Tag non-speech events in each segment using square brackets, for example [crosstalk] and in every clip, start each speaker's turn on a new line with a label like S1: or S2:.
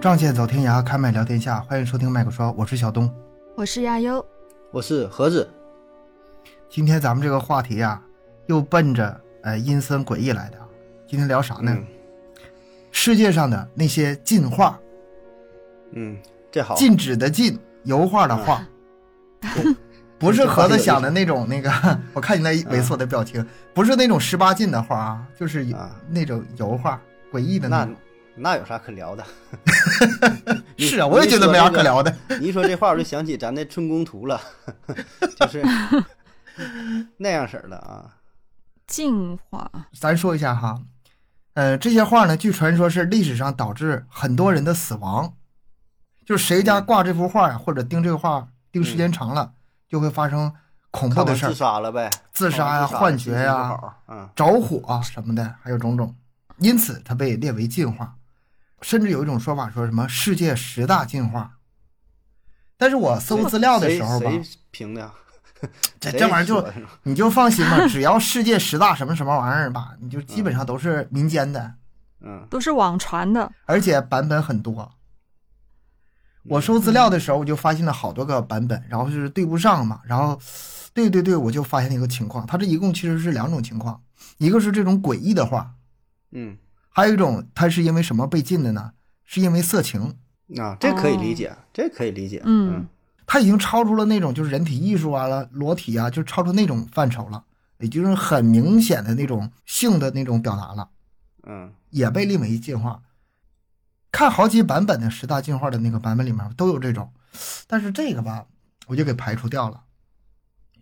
S1: 仗剑走天涯，开麦聊天下，欢迎收听麦克说，我是小东。
S2: 我是亚优，
S3: 我是盒子，
S1: 今天咱们这个话题啊，又奔着呃阴森诡异来的啊。今天聊啥呢？
S3: 嗯
S1: 世界上的那些禁画，
S3: 嗯，这好，
S1: 禁止的禁，油画的画，
S3: 嗯
S1: 不是盒子想的那
S3: [laughs]
S1: 种那个。 [laughs] 我看你那猥琐的表情，不是那种十八禁的画啊，就是有
S3: 嗯啊
S1: 那种油画，诡异的
S3: 那
S1: 种。
S3: 那有啥可
S1: [laughs]
S3: 聊的？你
S1: 是啊，我也觉得没啥可。聊的。
S3: 你一说这话，我就想起咱那春宫图了， [laughs] 就是
S1: [laughs]
S3: 那样式儿的啊。
S2: 净化
S1: 咱说一下哈，呃，这些画呢，据传说是历史上导致很多人的死亡，就是谁
S3: 嗯
S1: 家挂这幅画呀，或者盯这个画盯时间长了，就会发生恐怖
S3: 看
S1: 的
S3: 完
S1: 事儿
S3: 自，杀了呗，
S1: 自杀呀、
S3: 呀、
S1: 幻觉
S3: 呀、
S1: 呀、
S3: 嗯
S1: 着火啊什么的，还有种种，因此它被列为禁画，甚至有一种说法说什么世界十大禁画。但是我搜资料的时候吧，
S3: 谁谁评的呀？
S1: 这 [laughs]
S3: 谁
S1: 这玩意儿
S3: 说
S1: 就
S3: 的呢
S1: 你就放心吧，只要世界十大什么什么玩意儿吧，你就基本上都是民间的，
S3: 嗯，
S2: 都是网传的，
S1: 而且版本很多。我收资料的时候，我就发现了好多个版本，然后就是对不上嘛，然后，对对对，我就发现了一个情况，它这一共其实是两种情况，一个是这种诡异的画，
S3: 嗯，
S1: 还有一种它是因为什么被禁的呢？是因为色情，
S3: 啊，这可以理
S1: 哦
S3: 解，这可以理解。
S2: 嗯
S3: 嗯
S1: 它已经超出了那种就是人体艺术啊、了裸体啊，就超出那种范畴了，也就是很明显的那种性的那种表达了。
S3: 嗯
S1: 也被列为进化。看好几版本的十大进化的那个版本里面都有这种，但是这个吧，我就给排除掉了。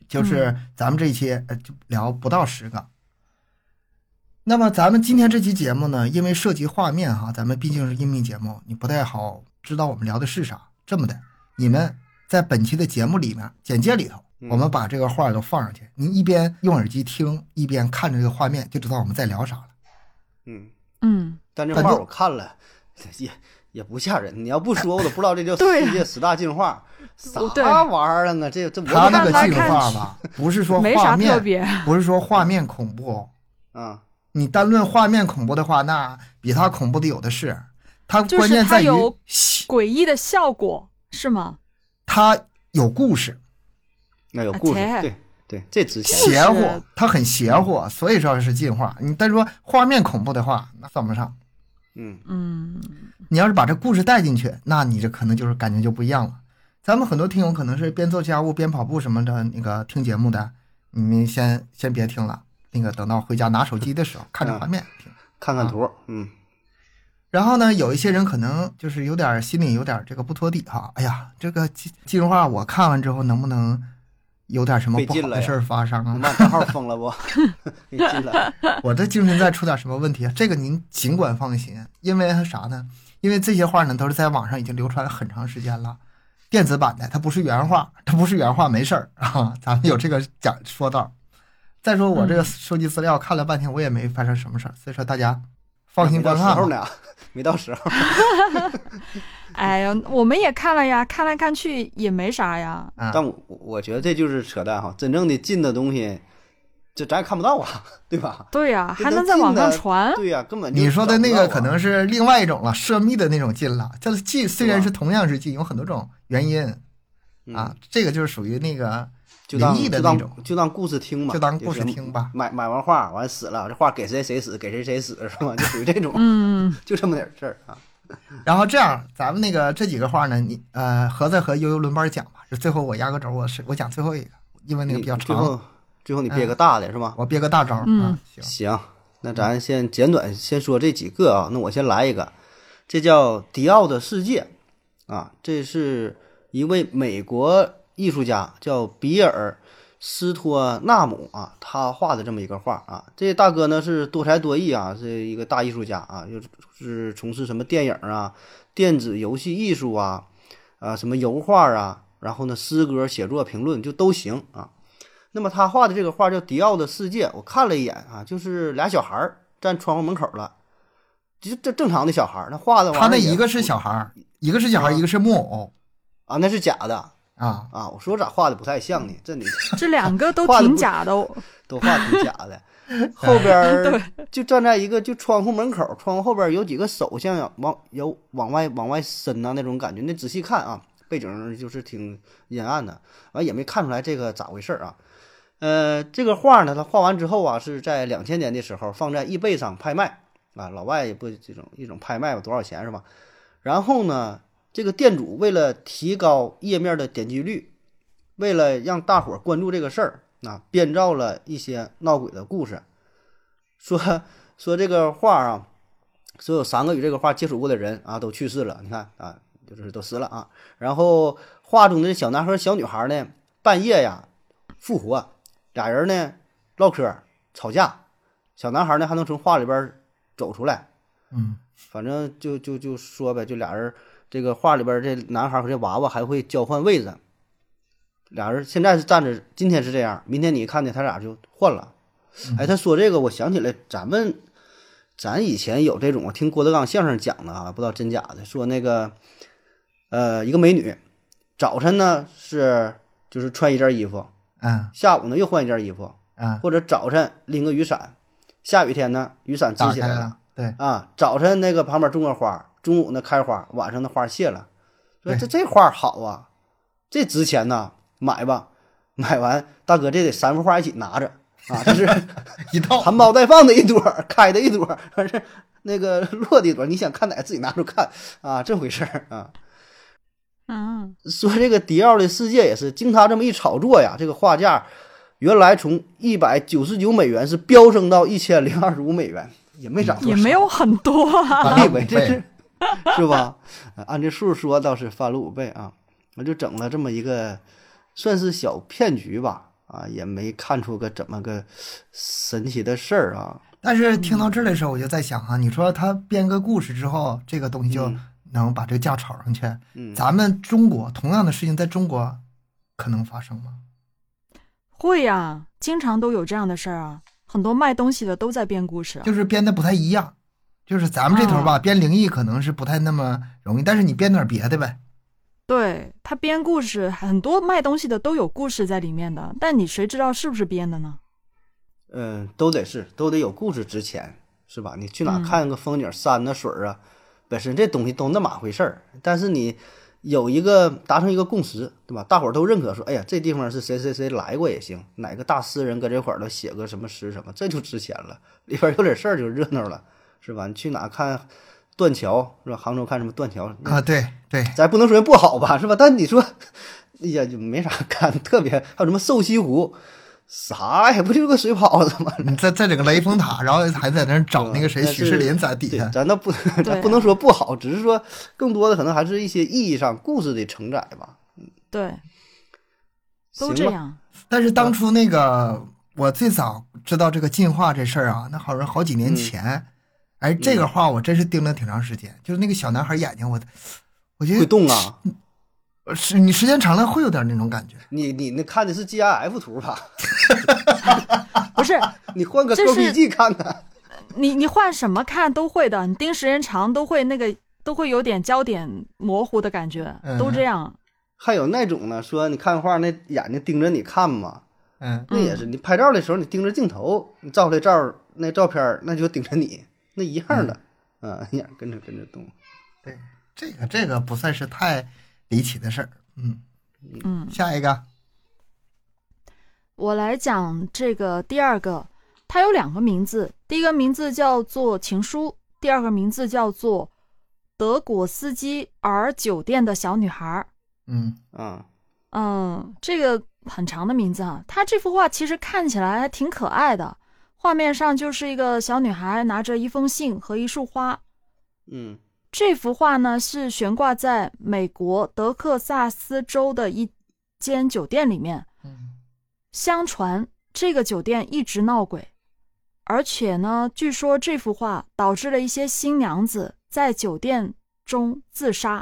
S1: 就是咱们这一期呃就聊不到十个。那么咱们今天这期节目呢，因为涉及画面哈，咱们毕竟是音频节目，你不太好知道我们聊的是啥。这么的，你们在本期的节目里面简介里头，
S3: 嗯
S1: 我们把这个画都放上去，您一边用耳机听，一边看着这个画面，就知道我们在聊啥了。
S3: 嗯，
S2: 嗯，
S3: 但这
S1: 反
S3: 画
S1: 正
S3: 我看了，也也不吓人。你要不说，我都不知道这叫
S2: [laughs] 对
S3: 世界十大进
S2: [laughs]
S3: 化，啥
S2: 对
S3: 玩意儿啊？那这这
S1: 他
S3: 我
S1: 那个
S2: 看
S1: 进
S2: 来
S1: 化
S2: 看
S1: 吧，
S2: [laughs]
S1: 不是说
S2: 没
S1: 嗯画
S2: 啥特
S1: 面，
S2: 别，
S1: 不是说画面恐怖。
S3: 啊，
S1: 你单论画面恐怖的话，那比它恐怖的有的是。它
S2: 就是
S1: 关键
S2: 它
S1: 在于
S2: 有
S1: 细
S2: 诡异的效果是吗？
S1: 它有故事，
S3: 那有故事
S2: 啊，切
S3: 对对，这值
S2: [laughs]
S3: 钱。
S2: 故事
S1: 邪乎，它很邪乎，所以说是进化。你单说画面恐怖的话，那算不上。
S3: 嗯
S2: 嗯，
S1: 你要是把这故事带进去，那你这可能就是感觉就不一样了。咱们很多听友可能是边做家务边跑步什么的，那个听节目的，你们先先别听了，那个等到回家拿手机的时候看着画面听。
S3: 看看
S1: 啊
S3: 图，嗯
S1: 然后呢，有一些人可能就是有点儿心里有点儿这个不托底哈，哎呀，这个进进化我看完之后能不能有点什么
S3: 被
S1: 不
S3: 禁
S1: 好
S3: 了
S1: 的
S3: 呀
S1: 事儿发生
S3: 你
S1: 啊？
S3: 把账号封了不？ [laughs] 给你进来，
S1: [laughs] 我这精神再出点什么问题啊，这个您尽管放心，因为啥呢？因为这些画呢都是在网上已经流传了很长时间了，电子版的，它不是原画，它不是原画没事儿 [laughs] 啊，咱们有这个讲说道。再说我这个收集资料看了半天，我也没发生什么事儿，所以说大家 [laughs] 放心啊
S3: 没到
S1: 观
S3: 时
S1: 看吧
S3: 候。呢，没到时候。
S2: 哎呀，我们也看了呀，看来看去也没啥呀，
S1: 啊
S3: 但我我觉得这就是扯淡哈，真正的进的东西，这咱也看不到啊，对吧？
S2: 对呀、
S3: 这
S2: 还
S3: 都
S2: 能在
S3: 进
S2: 网上
S3: 了
S2: 传，
S3: 对呀，根本就
S1: 你说的那
S3: 找
S1: 个
S3: 不到啊
S1: 可能是另外一种了，涉密的那种禁了。这禁虽然是
S3: 是吧嗯
S1: 同样是禁，有很多种原因啊，，这个就是属于那个
S3: 就当
S1: 灵异的
S3: 就
S1: 那种
S3: 当就当故事听嘛，
S1: 就当故事
S3: 是
S1: 听吧
S3: 买买完画完死了，这画给谁谁死，给谁谁死是吧？ [laughs] 就属于这种，
S2: 嗯，
S3: 就这么点事儿啊。
S1: 然后这样，咱们那个这几个话呢，你呃，合再和悠悠轮班讲吧。就最后我压个轴，我是我讲最后一个，因为那个
S3: 你
S1: 比较
S3: 最
S1: 长，
S3: 后最后你憋个大的是吧？
S1: 我憋个大招。
S2: 嗯
S1: 啊，行，
S3: 行，那咱先简短先说这几个啊。那我先来一个，这叫迪奥的世界啊，这是一位美国艺术家叫比尔斯托纳姆啊，他画的这么一个画啊。这大哥呢是多才多艺啊，是一个大艺术家啊，又是从事什么电影啊、电子游戏艺术啊、啊什么油画啊，然后呢诗歌、写作、评论就都行啊。那么他画的这个画叫《迪奥的世界》，我看了一眼啊，就是俩小孩儿站窗户门口了，就这正常的小孩儿，那画的玩意
S1: 他
S3: 儿
S1: 那
S3: 也
S1: 一个
S3: 不
S1: 是小孩儿，一个是小孩儿，
S3: 啊
S1: 一个是木偶
S3: 啊，那是假的
S1: 啊。
S3: 啊！我说咋画的不太像呢？这你
S2: 这两个都
S3: 画得
S2: 挺
S3: 不
S2: 假的哦，
S3: 都画挺假的。后边儿就站在一个就窗户门口，窗户后边儿有几个手像往有往外往外伸呐、那种感觉。那仔细看啊，背景就是挺阴暗的，完也没看出来这个咋回事儿啊。呃，这个画呢，他画完之后啊，是在两千年的时候放在易贝上拍卖啊，老外也不这种一种拍卖吧，多少钱是吧？然后呢，这个店主为了提高页面的点击率，为了让大伙儿关注这个事儿，啊，编造了一些闹鬼的故事，说说这个画儿啊，说有三个与这个画接触过的人啊都去世了，你看啊，就是都死了啊。然后画中的小男孩、小女孩呢，半夜呀复活，俩人呢唠嗑儿吵架，小男孩呢还能从画里边儿走出来，
S1: 嗯，
S3: 反正就就就说呗，就俩人这个画里边这男孩和这娃娃还会交换位置，俩人现在是站着，今天是这样，明天你看见他俩就换了。哎，他说这个，我想起来咱们咱以前有这种，我听郭德纲相声讲的啊，不知道真假的，说那个呃一个美女，早晨呢是就是穿一件衣服，
S1: 嗯
S3: 下午呢又换一件衣服，
S1: 嗯，
S3: 或者早晨拎个雨伞，下雨天呢雨伞支
S1: 打
S3: 起
S1: 开
S3: 来了。
S1: 了，对，
S3: 啊，早晨那个旁边种个花，中午那开花，晚上那花谢了，说
S1: 对
S3: 这这花好啊，这值钱呐、买吧，买完大哥这得三幅画一起拿着啊，这是
S1: 一套
S3: 含苞待放的一朵，开的一朵， [laughs] 还是那个落的一朵，你想看哪个自己拿出看啊，这回事儿啊。
S2: 嗯，
S3: 说这个迪奥的世界也是经他这么一炒作呀，这个画价原来从一百九十九美元是飙升到一千零二十五美元，也没涨多少，
S2: 也没有很多 [laughs]
S1: 翻
S2: 啊。
S3: 我
S1: 了
S3: 以
S1: 五
S3: 为这是
S1: 倍，
S3: [laughs] 是吧？呃按这数说倒是翻了五倍啊，我就整了这么一个算是小骗局吧，啊，也没看出个怎么个神奇的事儿啊。
S1: 但是听到这儿的时候，我就在想啊，你说他编个故事之后，这个东西就
S3: 嗯
S1: 能把这个价炒上去，
S3: 嗯，
S1: 咱们中国同样的事情在中国可能发生吗？
S2: 会呀、经常都有这样的事儿啊，很多卖东西的都在编故事啊。
S1: 就是编的不太一样，就是咱们这头
S3: 哦
S1: 吧，编灵异可能是不太那么容易，但是你编点别的呗，
S2: 对他编故事，很多卖东西的都有故事在里面的，但你谁知道是不是编的呢？
S3: 嗯、都得是都得有故事值钱，是吧？你去哪
S2: 嗯
S3: 看个风景、山呐、水儿啊，本身这东西都那码回事儿，但是你有一个达成一个共识，对吧？大伙儿都认可说，哎呀，这地方是谁谁谁来过也行，哪个大诗人搁这块儿都写个什么诗什么，这就值钱了。里边儿有点事儿就热闹了，是吧？你去哪看断桥是吧？杭州看什么断桥？
S1: 啊，对对，
S3: 咱不能说人不好吧，是吧？但你说，哎呀，就没啥看，特别还有什么瘦西湖，啥呀？不就是个水泡子吗？
S1: 你再再整个雷峰塔，然后还在那儿找那个谁
S3: 但
S1: 许
S3: 嗯是
S1: 世林在底
S3: 对
S1: 下，
S3: 咱倒不，咱不能说不好，只是说更多的可能还是一些意义上故事的承载吧。
S2: 对，都
S3: 行吧
S2: 这样。
S1: 但是当初那个我最早知道这个进化这事儿啊，那好像好几年前，哎，这个话我真是盯了挺长时间。就是那个小男孩眼睛，我我觉
S3: 会
S1: 得
S3: 动啊！
S1: 是你时间长了会有点那种感觉。
S3: 你你那看的是 GIF 图吧？
S2: 不是
S3: 你换个
S2: 这是
S3: PPT 看看。
S2: 你，你换什么看都会的，你盯时间长都会那个都会有点焦点模糊的感觉，
S3: 嗯
S2: 都这样。
S3: 还有那种呢，说你看画那眼睛盯着你看嘛，
S1: 嗯，
S3: 那也是你拍照的时候你盯着镜头，你照出来照那照片儿那就盯着你，那一样的，
S1: 嗯
S3: 啊，一样跟着跟着动。
S1: 对，这个这个不算是太离奇的事儿。嗯，
S2: 嗯，
S1: 下一个，
S2: 我来讲这个第二个，它有两个名字，第一个名字叫做《情书》，第二个名字叫做《德果斯基 R 酒店的小女孩》。
S1: 嗯
S3: 啊，
S2: 嗯，这个很长的名字啊。它这幅画其实看起来还挺可爱的，画面上就是一个小女孩拿着一封信和一束花。
S3: 嗯
S2: 这幅画呢是悬挂在美国德克萨斯州的一间酒店里面。
S1: 嗯
S2: 相传这个酒店一直闹鬼，而且呢，据说这幅画导致了一些新娘子在酒店中自杀。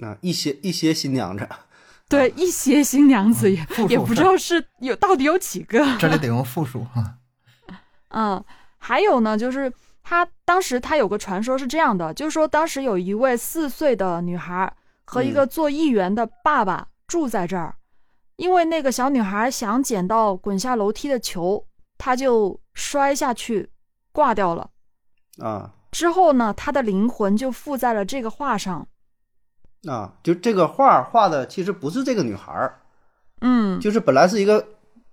S3: 啊，一些一些新娘子，
S2: 对，一些新娘子也、
S1: 复数
S2: 也不知道是有到底有几个。
S1: 这里得用复数哈。
S2: 嗯，还有呢，就是他当时他有个传说是这样的，就是说当时有一位四岁的女孩和一
S3: 嗯
S2: 个做议员的爸爸住在这儿，因为那个小女孩想捡到滚下楼梯的球，她就摔下去挂掉了。
S3: 啊
S2: 之后呢，他的灵魂就附在了这个画上。
S3: 啊，就这个画画的其实不是这个女孩儿，
S2: 嗯，
S3: 就是本来是一个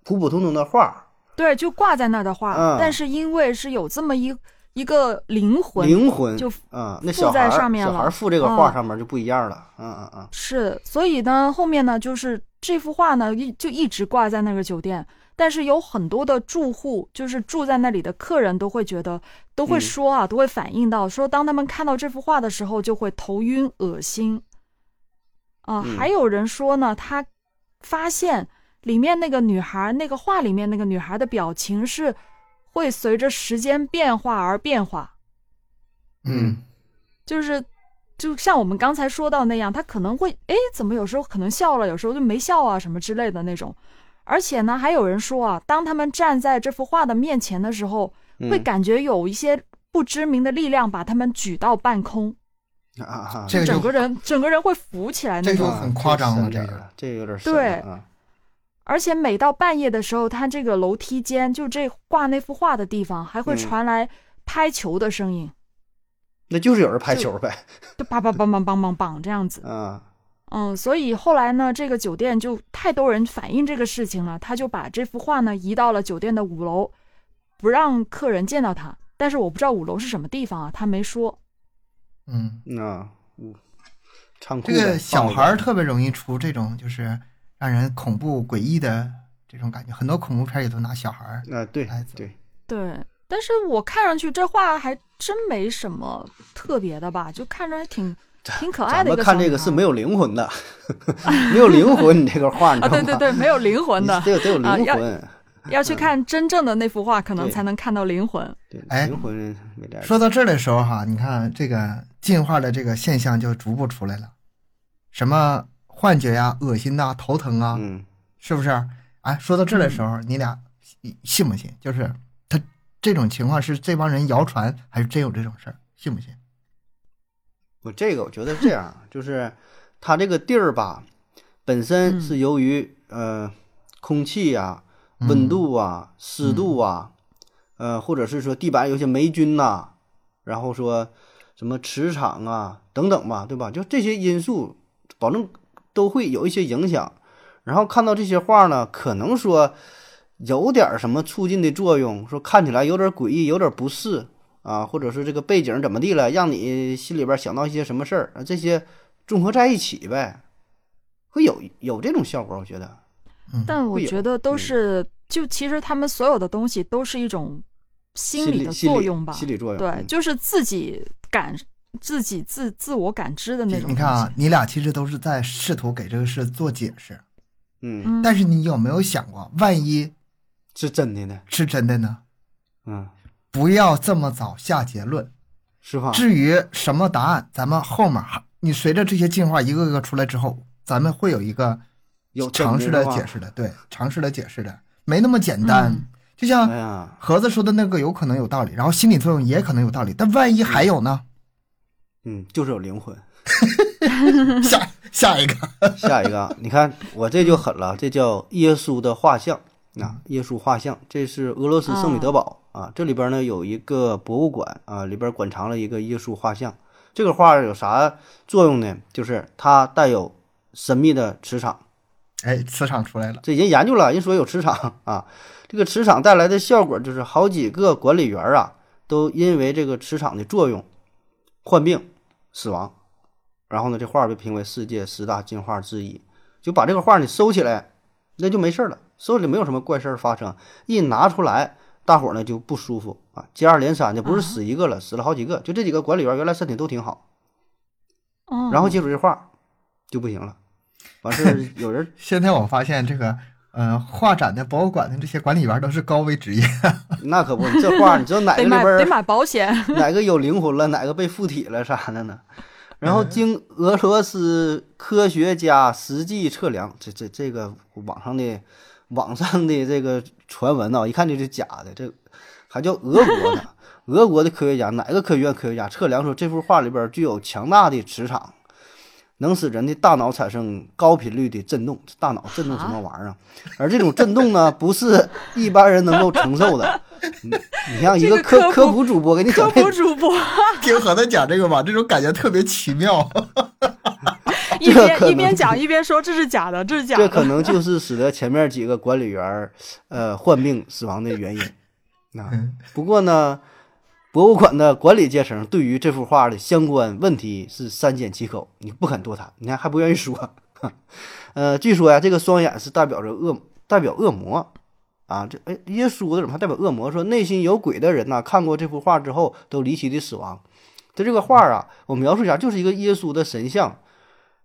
S3: 普普通通的画，
S2: 对，就挂在那儿的画，
S3: 嗯
S2: 但是因为是有这么一一个灵魂，
S3: 灵魂
S2: 就
S3: 啊，那
S2: 附
S3: 小孩
S2: 在
S3: 儿
S2: 上面
S3: 小孩儿
S2: 了
S3: 附这个画
S2: 嗯
S3: 上面就不一样了。嗯嗯嗯，
S2: 是，所以呢，后面呢，就是这幅画呢，一就一直挂在那个酒店，但是有很多的住户，就是住在那里的客人都会觉得，都会
S3: 嗯
S2: 说啊，都会反映到说，当他们看到这幅画的时候，就会头晕、恶心。啊、
S3: 嗯
S2: 还有人说呢，他发现里面那个女孩，那个画里面那个女孩的表情是会随着时间变化而变化。
S1: 嗯，
S2: 就是就像我们刚才说到那样，他可能会哎，怎么有时候可能笑了，有时候就没笑啊，什么之类的那种。而且呢，还有人说啊，当他们站在这幅画的面前的时候，
S3: 嗯
S2: 会感觉有一些不知名的力量把他们举到半空，
S3: 啊啊，
S1: 嗯这个
S2: 整
S1: 就
S2: 个人整个人会浮起来那
S1: 这
S2: 种
S1: 就。
S3: 啊
S1: 很夸张了
S3: 深点
S1: 这个
S3: 儿这个有点深
S2: 对
S3: 了啊。
S2: 而且每到半夜的时候，他这个楼梯间就这挂那幅画的地方，还会
S3: 嗯
S2: 传来拍球的声音，
S3: 那就是有人拍球呗，
S2: 就梆梆梆梆梆梆梆这样子。
S3: 嗯
S2: 嗯，所以后来呢，这个酒店就太多人反映这个事情了，他就把这幅画呢移到了酒店的五楼，不让客人见到它。但是我不知道五楼是什么地方啊，他没说。
S1: 嗯，
S3: 嗯啊，嗯，仓库
S1: 这个
S3: 呗
S1: 小
S3: 放着
S1: 孩儿
S3: 呗
S1: 特别容易出这种就是让人恐怖诡异的这种感觉，很多恐怖片儿也都拿小孩儿。
S3: 啊，对
S1: 孩子
S3: 对，
S2: 对，但是我看上去这画还真没什么特别的吧，就看着还挺挺可爱
S3: [laughs] 咱
S2: 的一
S3: 们
S2: 个
S3: 看
S2: 小
S3: 这
S2: 女
S3: 个
S2: 孩
S3: 是没有灵
S2: [laughs]
S3: 魂的，没有灵魂，你这个画你知
S2: 啊，
S3: 道吗？
S2: 对对对，没有灵魂
S3: 你
S2: 的，
S3: 得有得有
S2: 啊
S3: 灵
S2: 要
S3: 魂，
S2: 要去看真正的那幅画，可能
S3: 对
S2: 才能看到灵魂。
S3: 对
S1: 哎
S3: 灵魂没来。
S1: 说到这儿的时候哈，你看这个进化的这个现象就逐步出来了，什么幻觉呀、恶心呐、头疼啊，
S3: 嗯
S1: 是不是？哎，说到这
S2: 嗯
S1: 儿的时候，你俩信信不信？就是他这种情况是这帮人谣传，还是真有这种事儿？信不信？
S3: 我这个我觉得是这样，啊就是它这个地儿吧，本身是由于、呃空气啊、温度啊、湿度啊，呃或者是说地板有些霉菌呐、然后说什么磁场啊等等吧，对吧？就这些因素，保证都会有一些影响。然后看到这些画呢，可能说有点儿什么促进的作用，说看起来有点诡异，有点不适啊，或者是这个背景怎么地了，让你心里边想到一些什么事儿，啊这些综合在一起呗，会有有这种效果，我觉得。
S1: 嗯，
S2: 但我
S3: 会有
S2: 觉得都
S3: 嗯
S2: 是，就其实他们所有的东西都是一种心
S3: 心
S2: 理
S3: 理
S2: 的
S3: 心
S2: 作
S3: 理
S2: 用吧，
S3: 心理作用
S2: 对，
S3: 嗯
S2: 就是自己感自己自自我感知的那种东西。
S1: 你看啊，你俩其实都是在试图给这个事做解释，
S3: 嗯，
S2: 嗯，
S1: 但是你有没有想过，万一
S3: 是真的呢，
S1: 是真的呢？
S3: 嗯，
S1: 不要这么早下结论。
S3: 是吧？
S1: 至于什么答案，咱们后面还你随着这些进化一个个出来之后，咱们会有一个
S3: 有真
S1: 尝试来
S3: 话
S1: 解。释的，对，尝试来解释的，没那么简单。
S2: 嗯
S1: 就像
S3: 哎呀，
S1: 盒子说的那个有可能有道理，然后心理作用也可能有道理，但万一还有
S3: [laughs]
S1: 呢？
S3: 嗯，就是有灵魂。 [laughs]
S1: 下下一个，
S3: 下一个啊，你看我这就狠 [laughs] 了，这叫耶稣的画像啊，耶稣画像，这是俄罗斯圣彼得堡啊，这里边呢有一个博物馆啊，里边馆藏了一个耶稣画像。这个画有啥作用呢？就是它带有神秘的磁场，
S1: 哎，磁场出来了，
S3: 这人研究了，人说有磁场啊，这个磁场带来的效果就是好几个管理员啊，都因为这个磁场的作用患病死亡。然后呢，这画被评为世界十大金画之一，就把这个画你收起来，那就没事儿了，收起来没有什么怪事儿发生。一拿出来，大伙儿呢就不舒服啊，接二连三的，不是死一个了，死了好几个。就这几个管理员原来身体都挺好，
S2: 嗯
S3: 然后接触这画就不行了，完事儿有人
S1: 现在我发现这个，呃，画展的博物馆的这些管理员都是高危职
S3: [laughs]
S1: 业，
S3: 那可不，你这画你知道
S2: [laughs]
S3: 哪
S2: 得
S3: 个里
S2: 买
S3: 边儿
S2: 得买保险。
S3: 哪个有灵魂了，哪个被附体了啥的呢？然后经俄罗斯科学家实际测量，这这这个网上的网上的这个传闻啊呐，一看就是假的，这还叫俄
S2: [laughs]
S3: 国呢。俄国的科学家，哪个科学院科学家测量说这幅画里边具有强大的磁场，能使人的大脑产生高频率的震动。这
S2: 啊 [laughs]
S3: 大脑震动什么玩意儿啊？而这种震动呢，不是一般人能够承受的，你像一
S2: 这
S3: 个
S2: 个
S3: 科
S2: 科普
S3: 普主播给 [laughs] 你
S2: 科
S3: 讲这
S2: 普主播
S1: 听和他讲这个吧，这种感觉特别奇妙。
S2: 一
S3: [laughs] 这
S2: 边
S3: 可能
S2: 一边讲一边说这是假的，这是假
S3: 这
S2: 的。
S3: 可能就是使得前面几个管理员儿呃患病死亡的原因。啊，不过呢，博物馆的管理阶层对于这幅画的相关问题是三缄其口，你不肯多谈，你看还不愿意说。 [laughs] 呃，据说呀，这个双眼是代表着恶，代表恶魔。啊，这哎，耶稣的怎么还代表恶魔？说内心有鬼的人呐、看过这幅画之后都离奇的死亡。这这个画啊，我描述一下，就是一个耶稣的神像，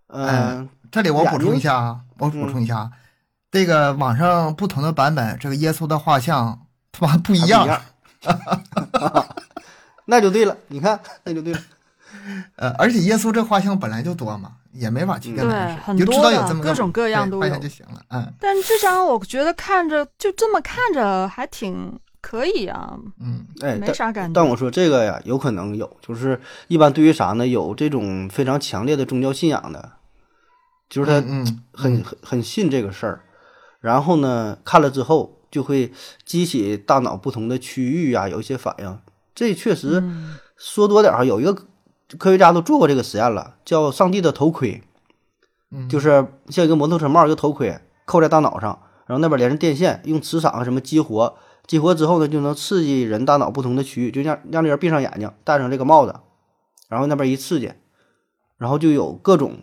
S3: 嗯、
S1: 哎这里我补充一下啊，我补充一下啊，这个网上不同的版本，这个耶稣的画像他啊妈不一
S3: 还不
S1: 样。
S3: 样 [laughs] 那就对了。你看，那就对了。
S1: 呃，而且耶稣这画像本来就多嘛，也没法去跟
S2: 对
S1: 他们说
S2: 很
S1: 你就知
S2: 多
S1: 道有
S2: 的
S1: 这么
S2: 各种各样
S1: 对
S2: 都
S1: 画
S2: 有
S1: 像就行了。嗯
S2: 但这张我觉得看着就这么看着还挺可以啊，
S1: 嗯，
S3: 哎，
S2: 没
S3: 但
S2: 啥感觉。
S3: 但我说这个呀，有可能有，就是一般对于啥呢？有这种非常强烈的宗教信仰的，就是他
S1: 嗯嗯
S3: 很很很信这个事儿，然后呢，看了之后就会激起大脑不同的区域啊，有一些反应。这确实
S1: 嗯
S3: 说多点儿哈，有一个科学家都做过这个实验了，叫“上帝的头盔”，
S1: 嗯
S3: 就是像一个摩托车帽，一个头盔扣在大脑上，然后那边连着电线，用磁场啊什么激活，激活之后呢，就能刺激人大脑不同的区域，就让让这人闭上眼睛，戴上这个帽子，然后那边一刺激，然后就有各种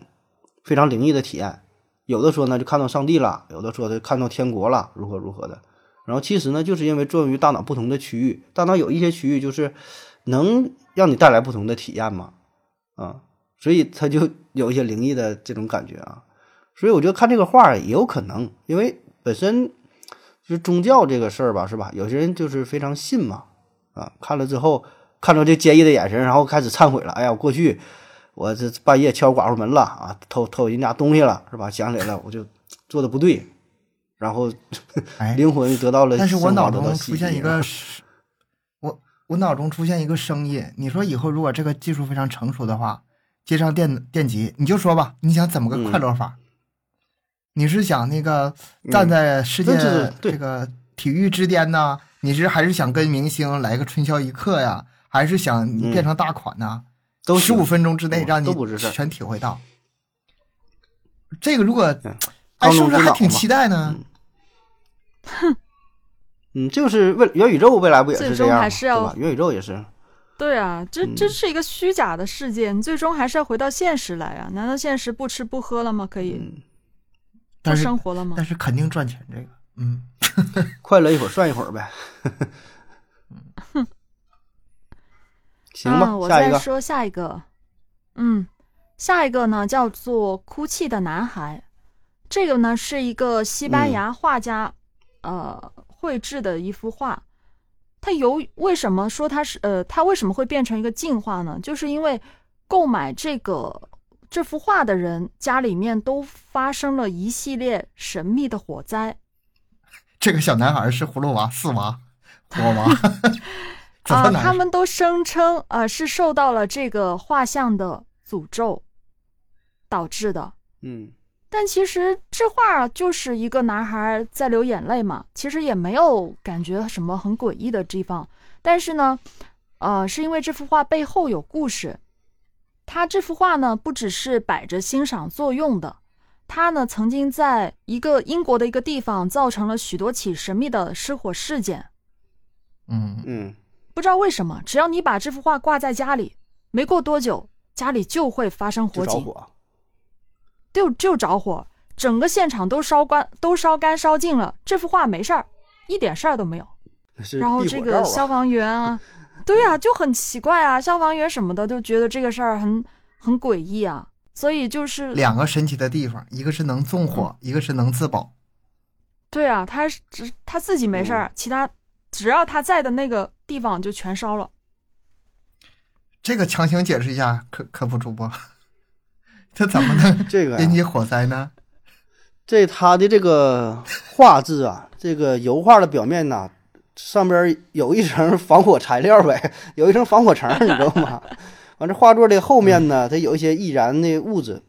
S3: 非常灵异的体验。有的说呢就看到上帝了，有的说的看到天国了，如何如何的。然后其实呢，就是因为作用于大脑不同的区域，大脑有一些区域就是能让你带来不同的体验嘛，啊，所以它就有一些灵异的这种感觉啊。所以我觉得看这个画儿也有可能，因为本身就是宗教这个事儿吧，是吧？有些人就是非常信嘛，啊，看了之后看着这坚毅的眼神，然后开始忏悔了，哎呀，我过去我这半夜敲寡妇门了啊，偷偷人家东西了，是吧？想起来了，我就做的不对，然后
S1: 哎，
S3: 灵魂得到了，
S1: 但是我
S3: 升华
S1: 脑
S3: 得到
S1: 中
S3: 洗
S1: 出现
S3: 涤
S1: 一
S3: 啊
S1: 个声，我我脑中出现一个声音，你说以后如果这个技术非常成熟的话，接上电电极，你就说吧，你想怎么
S3: 嗯
S1: 个快乐法？你是想那个站在世界
S3: 那这嗯是对
S1: 这个体育之巅呢？你是还是想跟明星来个春宵一刻呀？还是想你变成大款呢？
S3: 嗯都
S1: 十
S3: 行
S1: 五分钟之内
S3: 嗯
S1: 让
S3: 都不是
S1: 你
S3: 事儿
S1: 全体会到。这个如果
S3: 嗯
S1: 哎，是不是
S3: 高中之
S1: 还
S3: 脑
S1: 挺
S3: 嘛
S1: 期待呢？
S3: 嗯，就是未元宇宙未来不也
S2: 最
S3: 是这
S2: 终
S3: 样
S2: 还
S3: 吗？
S2: 是
S3: 对
S2: 要
S3: 吧？元宇宙也是，
S2: 对啊，这
S3: 嗯
S2: 这是一个虚假的世界，你最终还是要回到现实来啊！难道现实不吃不喝了吗？可以
S3: 嗯，
S2: 不
S1: 但是
S2: 生活了吗
S1: 但？是肯定赚钱，这个嗯。
S3: 快乐一会儿算一会
S2: [laughs]
S3: 儿呗。行吧，
S2: 嗯、我
S3: 下一
S2: 再
S3: 个，
S2: 说下一个，嗯，下一个呢叫做《哭泣的男孩》，这个呢是一个西班牙
S3: 嗯
S2: 画家、呃绘制的一幅画。它由为什么说它是呃，它为什么会变成一个进化呢？就是因为购买这个这幅画的人家里面都发生了一系列神秘的火灾，
S1: 这个小男孩是葫
S2: [laughs]
S1: 芦娃、四娃、火娃，怎
S2: 啊、
S1: 么来
S2: 他们都声称呃是受到了这个画像的诅咒导致的。
S3: 嗯
S2: 但其实这画儿就是一个男孩在流眼泪嘛，其实也没有感觉什么很诡异的地方。但是呢，呃，是因为这幅画背后有故事。他这幅画呢，不只是摆着欣赏作用的，他呢曾经在一个英国的一个地方造成了许多起神秘的失火事件。
S1: 嗯，
S3: 嗯，
S2: 不知道为什么，只要你把这幅画挂在家里，没过多久，家里就会发生
S3: 就
S2: 火
S3: 着
S2: 警，
S3: 火，
S2: 就就着火，整个现场都烧干，都烧干烧尽了。这幅画没事儿，一点事儿都没有。
S3: 那是
S2: 然后
S3: 避
S2: 这
S3: 火
S2: 个
S3: 罩
S2: 消
S3: 啊
S2: 防员啊，对啊，就很奇怪啊，消防员什么的就觉得这个事儿很很诡异啊，所以就是
S1: 两个神奇的地方，一个是能纵火，
S2: 嗯
S1: 一个是能自保。
S2: 对啊，他是只他自己没事儿，其他只要他在的那个地方就全烧了。
S1: 这个强行解释一下，科科普主
S2: [laughs]
S1: 播，这怎么能
S3: 这
S2: 啊
S3: 个呀
S1: 引起火灾呢？
S3: 这他的这个画质啊，这个油画的表面呐，上边有一层防火材料呗，有一层防火层，你知道吗？ [laughs] 完这画作的后面呢，它有一些易燃的物质，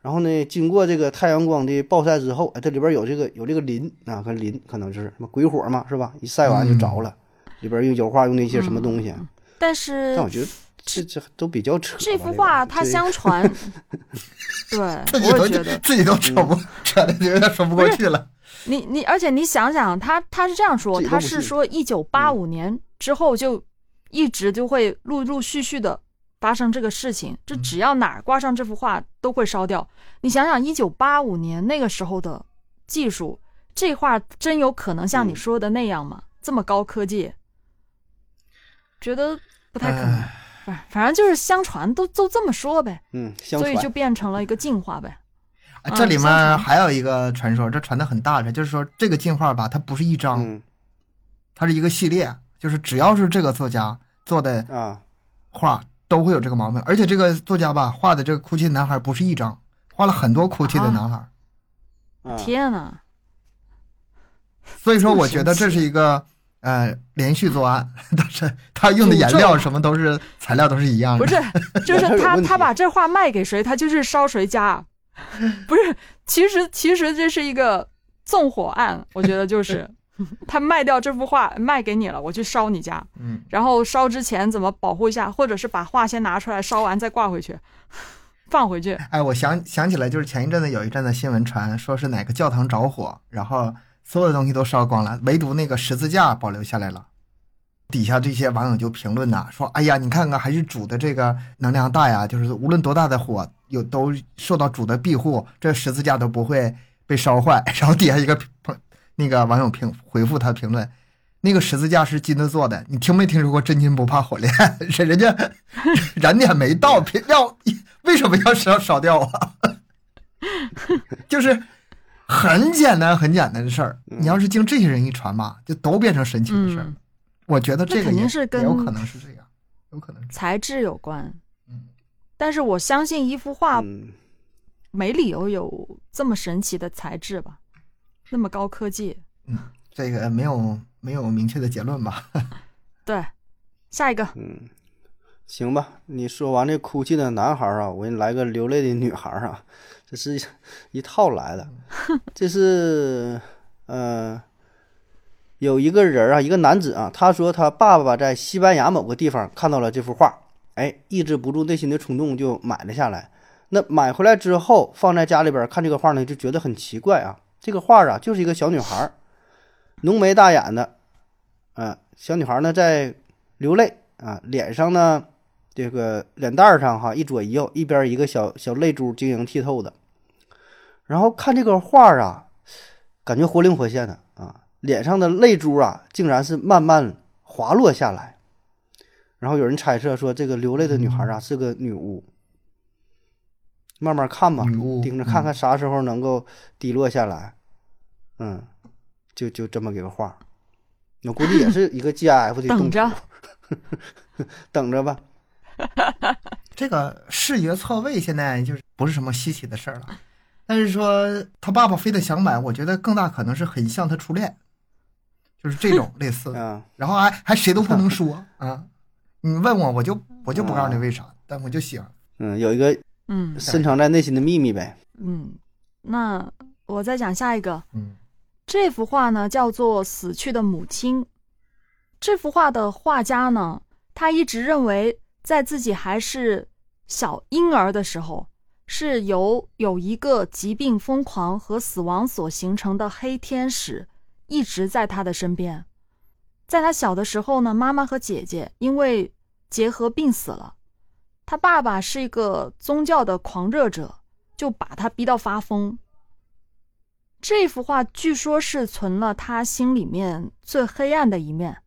S3: 然后呢，经过这个太阳光的暴晒之后，哎，这里边有这个有这个磷啊，和磷可能就是什么鬼火嘛，是吧？一晒完就着了，里边用油画用那些什么东西，啊
S2: 但是
S3: 但我觉得这这都比较扯
S2: 嗯
S3: 吧。
S2: 这幅
S3: 个
S2: 画它
S3: 这
S2: 相传，对，
S1: 自己
S2: 我
S1: 都
S2: 也觉得嗯
S1: 自己都扯不扯的，有点说不过去了。
S2: 你你，而且你想想，他他是这样说，
S3: 自己都
S2: 他
S3: 不
S2: 是
S3: 信
S2: 说一
S3: 嗯
S2: 九八五年之后就一直就会陆陆续续的发生这个事情，
S3: 嗯
S2: 这只要哪儿挂上这幅画都会烧掉。你想想，一九八五年那个时候的技术，这画真有可能像你
S3: 嗯
S2: 说的那样吗？这么高科技，觉得不太可能。
S1: 哎
S2: 反反正就是相传都都这么说呗，
S3: 嗯，相
S2: 所以就
S3: 传嗯
S2: 变成了一个进化呗。
S1: 哎这里
S2: 嗯相
S1: 面
S2: 传
S1: 还有一个传说，这传的很大的，就是说这个进化吧，它不是一张，
S3: 嗯
S1: 它是一个系列，就是只要是这个作家做的
S3: 啊，
S1: 画都会有这个毛病，而且这个作家吧画的这个哭泣的男孩不是一张，画了很多哭泣的男孩，
S3: 啊
S2: 天哪，
S1: 所以说
S2: 这么
S1: 我觉得
S2: 神
S1: 这
S2: 奇
S1: 是一个呃连续作案， [laughs] 但是他用的颜
S2: 诅
S1: 料
S2: 咒
S1: 什么都是材料都是一样的，
S2: 不是， [laughs] 就
S3: 哪有
S2: 是他
S3: 问题
S2: 他把这画卖给谁，他就是烧谁
S3: [laughs]
S2: 家。不是，其实其实这是一个纵火案，我觉得就是
S3: [laughs]
S2: 他卖掉这幅画卖给你了，我去烧你家，
S1: 嗯，
S2: 然后烧之前怎么保护一下，或者是把画先拿出来烧完再挂回去，放回去。
S1: 哎，我想想起来，就是前一阵子有一阵子新闻传说是哪个教堂着火，然后所有的东西都烧光了，唯独那个十字架保留下来了。底下这些网友就评论呐、说：“哎呀，你看看还是主的这个能量大呀，就是无论多大的火，有都受到主的庇护，这十字架都不会被烧坏。” [laughs] 然后底下一个评那个网友评回复他评论：“那个十字架是金子做的，你听没听说过真金不怕火炼？ [laughs] 人人家燃点没到， [laughs] 别要为什么要烧烧掉啊？ [laughs] 就是很简单很简单的事儿，你要是经这些人一传吧，就都变成神奇的事儿。
S2: 嗯
S1: 我觉得这
S2: 那
S1: 个
S2: 肯定
S1: 也
S2: 是
S1: 也
S2: 跟
S1: 有可能是这样，有可能是这样
S2: [laughs] 材质有关
S1: 嗯，
S2: 但是我相信一幅画
S3: 嗯，
S2: 没理由有这么神奇的材质吧，那么高科技。
S1: 这个呃没有没有明确的结论吧？
S2: 对，下一个，
S3: 嗯行吧，你说完这哭泣的男孩儿啊，我给你来个流泪的女孩儿啊，这是一一套来的。这是呃，有一个人儿啊，一个男子啊，他说他爸爸在西班牙某个地方看到了这幅画，哎，抑制不住内心的冲动就买了下来。那买回来之后放在家里边儿看这个画呢，就觉得很奇怪啊。这个画啊，就是一个小女孩儿，浓眉大眼的，啊，小女孩呢在流泪啊，脸上呢这个脸蛋儿上哈一左一右，一边儿一个小小泪珠晶莹剔透的。然后看这个画儿啊，感觉活灵活现的啊，脸上的泪珠啊，竟然是慢慢滑落下来。然后有人猜测说，这个流泪的女孩啊是个女巫。慢慢看吧，
S1: 女巫
S3: 盯
S1: 嗯
S3: 着看看啥时候能够滴落下来。嗯，就就这么给个画儿。我估计也是一个 GIF 的
S2: 等
S3: 动
S2: 着
S3: 作， [laughs] 等着吧。
S1: 这个视觉错位现在就是不是什么稀奇的事儿了，但是说他爸爸非得想买，我觉得更大可能是很像他初恋，就是这种类
S3: [laughs]
S1: 似的。
S3: 啊，
S1: 然后还还谁都不
S3: [laughs]
S1: 能说啊！你问我，我就我就不告诉你为啥，但我就喜欢。
S3: 嗯，有一个
S2: 嗯
S3: 深藏在内心的秘密呗。
S2: 嗯，那我再讲下一个，
S1: 嗯
S2: 这幅画呢叫做《死去的母亲》。这幅画的画家呢，他一直认为在自己还是小婴儿的时候，是由有一个疾病疯狂和死亡所形成的黑天使一直在他的身边。在他小的时候呢，妈妈和姐姐因为结核病死了，他爸爸是一个宗教的狂热者，就把他逼到发疯，这幅画据说是存了他心里面最黑暗的一面。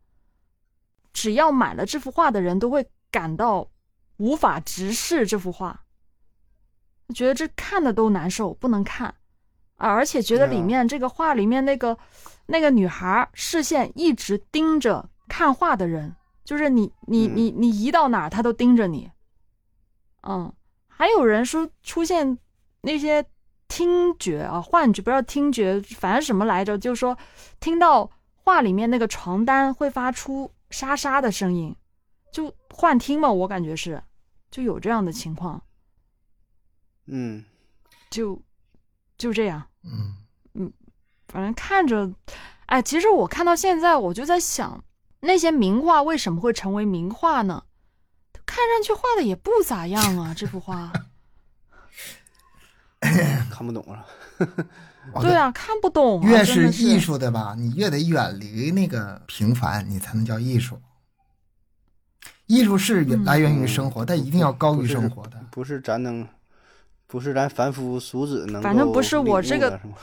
S2: 只要买了这幅画的人都会感到无法直视这幅画，觉得这看的都难受，不能看，啊而且觉得里面这个画里面那个那个女孩视线一直盯着看画的人，就是你你
S3: 嗯
S2: 你你移到哪儿，她都盯着你。嗯，还有人说出现那些听觉啊、幻觉，不知道听觉，反正什么来着，就是说听到画里面那个床单会发出沙沙的声音，就幻听嘛，我感觉是，就有这样的情况，
S3: 嗯，
S2: 就就这样，
S1: 嗯，
S2: 反正看着，哎，其实我看到现在，我就在想，那些名画为什么会成为名画呢？看上去画的也不咋样啊，这
S1: [laughs]
S2: 幅画。
S3: 看不懂
S1: [laughs]
S3: 了。
S1: 哦
S2: 对啊，看不懂、啊。
S1: 越
S2: 真的是
S1: 艺术的吧，你越得远离那个平凡，你才能叫艺术。艺术是源
S2: 嗯
S1: 来源于生活，但一定要高于生活的。
S3: 不是咱能，不是咱凡夫俗子能够
S2: 反正不是我
S3: 领悟
S2: 这个
S3: 的是吗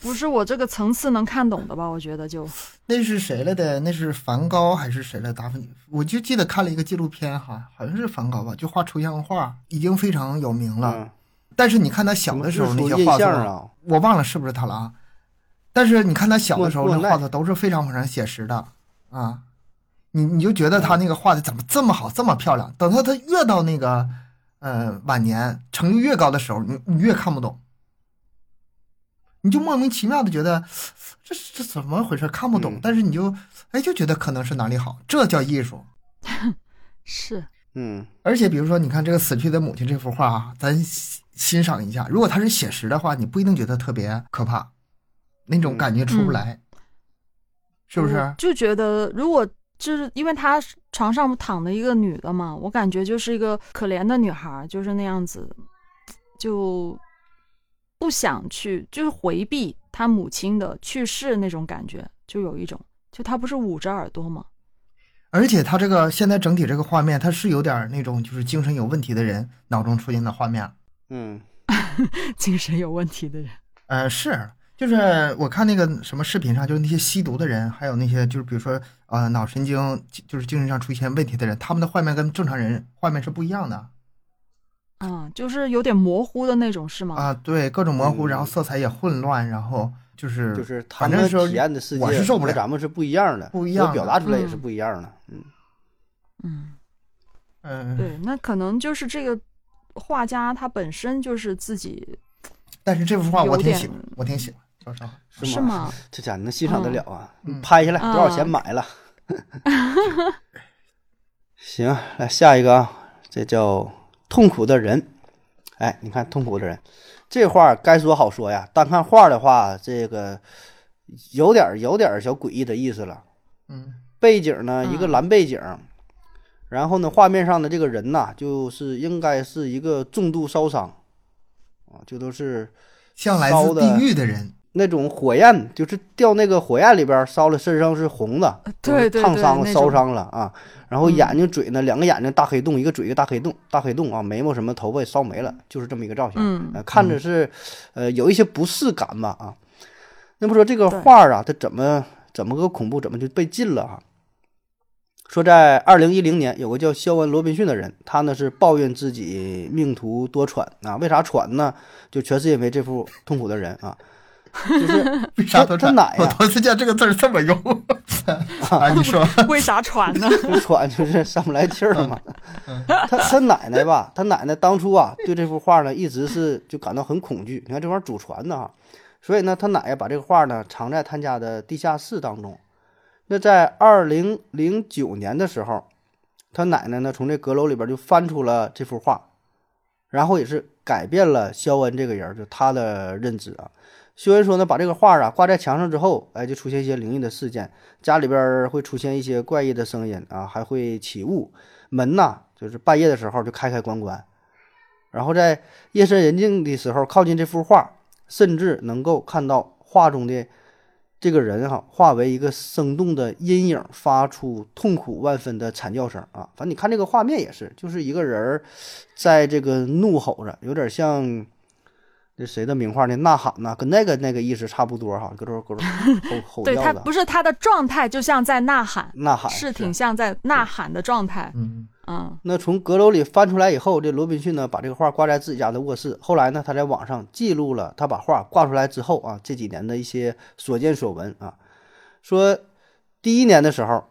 S2: 不是我这个层次能看懂的吧？我觉得
S1: [laughs]
S2: 就
S1: 那是谁来的？那是梵高还是谁来的？达芬奇？我就记得看了一个纪录片哈，好像是梵高吧，就画抽象画，已经非常有名了。
S3: 嗯
S1: 但是你看他小的时候
S3: 什
S1: 那
S3: 么
S1: 些
S3: 日出
S1: 画
S3: 印
S1: 作，
S3: 象啊，
S1: 我忘了是不是他了啊。但是你看他小的时候
S3: 莫
S1: 那
S3: 莫奈
S1: 画的都是非常非常写实的啊，你你就觉得他那个画的怎么这么好，这么漂亮？等到他越到那个呃晚年成就越高的时候，你你越看不懂，你就莫名其妙的觉得这这怎么回事看不懂，
S3: 嗯
S1: 但是你就哎就觉得可能是哪里好，这叫艺术。
S2: 是
S3: 嗯，
S1: 而且比如说，你看这个《死去的母亲》这幅画啊，咱欣欣赏一下。如果它是写实的话，你不一定觉得特别可怕，那种感觉出不来，是不
S2: 我
S1: 是？
S2: 就觉得如果就是因为他床上躺着一个女的嘛，我感觉就是一个可怜的女孩，就是那样子，就不想去，就是回避他母亲的去世那种感觉，就有一种，就他不是捂着耳朵嘛， [laughs]
S1: 而且它这个现在整体这个画面，它是有点那种就是精神有问题的人脑中出现的画面。
S3: 嗯，
S2: 精神有问题的人，
S1: 呃，是，就是我看那个什么视频上，就是那些吸毒的人，还有那些就是比如说呃脑神经就是精神上出现问题的人，他们的画面跟正常人画面是不一样的。
S2: 啊、就是有点模糊的那种，是吗？
S1: 啊，对，各种模糊，
S3: 嗯
S1: 然后色彩也混乱，然后就是
S3: 就是他
S1: 反正
S3: 们
S1: 时候
S3: 体验的世界，
S1: 我是受不
S3: 和
S1: 了。
S3: 咱们是不一样的，
S1: 不一样
S3: 我表达出来也是不一样的。嗯，
S2: 嗯，
S1: 嗯，
S2: 对，那可能就是这个画家他本身就是自己
S1: 但是这幅画我
S2: 有
S1: 挺
S2: 点
S1: 喜欢，我挺喜欢。说实话，
S2: 是
S3: 吗？ [laughs]
S2: 吗？
S3: 这家能欣赏得了啊？
S1: 嗯
S3: 拍下来
S2: 嗯
S3: 多少钱买了？行，来下一个啊，这叫痛苦的人。哎，你看痛苦的人，这话该说好说呀。单看画的话，这个有点儿有点儿小诡异的意思了。
S1: 嗯，
S3: 背景呢，一个
S2: 嗯
S3: 蓝背景，然后呢，画面上的这个人呐、就是应该是一个重度烧伤啊，这都是
S1: 像来
S3: 骚
S1: 自
S3: 的
S1: 地狱的人，
S3: 那种火焰，就是掉那个火焰里边儿烧了，身上是红的，
S2: 呃对
S3: 就是
S2: 对
S3: 烫
S2: 对
S3: 伤了、
S2: 那
S3: 烧
S2: 种
S3: 伤了啊。然后
S2: 嗯
S3: 眼睛、嘴呢，两个眼睛大黑洞，一个嘴一个大黑洞，大黑洞啊，眉毛什么头发也烧没了，就是这么一个造型。
S2: 嗯
S3: 呃看着是，呃，有一些不适感吧啊。那么说这个
S2: 对
S3: 画儿啊，它怎么怎么个恐怖，怎么就被禁了啊？说在二零一零年，有个叫肖恩·罗宾逊的人，他呢是抱怨自己命途多舛啊，为啥舛呢？就全是因为这幅痛苦的人啊，就是
S1: 为啥都
S3: 他
S1: 这
S3: 他哪呀
S1: 我头次见这个字儿这么用 [laughs] 啊！你
S2: [laughs]
S1: 说，
S2: 为啥传
S3: [laughs]
S2: 呢？
S3: 就喘就是上不来气儿嘛。他他奶奶吧，他奶奶当初啊对这幅画呢一直是就感到很恐惧。你看这玩意儿祖传的哈，所以呢他奶奶把这个画呢藏在他家的地下室当中。那在二零零九年的时候，他奶奶呢从这阁楼里边就翻出了这幅画，然后也是改变了肖恩这个人儿，就他的认知啊。肖恩说呢，把这个画啊挂在墙上之后，哎，就出现一些灵异的事件，家里边儿会出现一些怪异的声音啊，还会起雾，门呐、就是半夜的时候就开开关关，然后在夜深人静的时候靠近这幅画，甚至能够看到画中的这个人哈、化为一个生动的阴影，发出痛苦万分的惨叫声啊！反正你看这个画面也是，就是一个人儿在这个怒吼着，有点像。那谁的名画那呐喊呐，跟那个 [laughs] 那个意思差不多哈，搁这儿搁这儿吼吼
S2: 对
S3: 叫
S2: 他
S3: 的。
S2: 不是他的状态，就像在呐喊，
S3: 呐喊
S2: 是挺像在呐喊的状态。
S1: 嗯，
S2: 嗯，
S3: 那从阁楼里翻出来以后，这罗宾逊呢，把这个画挂在自己家的卧室。后来呢，他在网上记录了他把画挂出来之后啊，这几年的一些所见所闻啊。说第一年的时候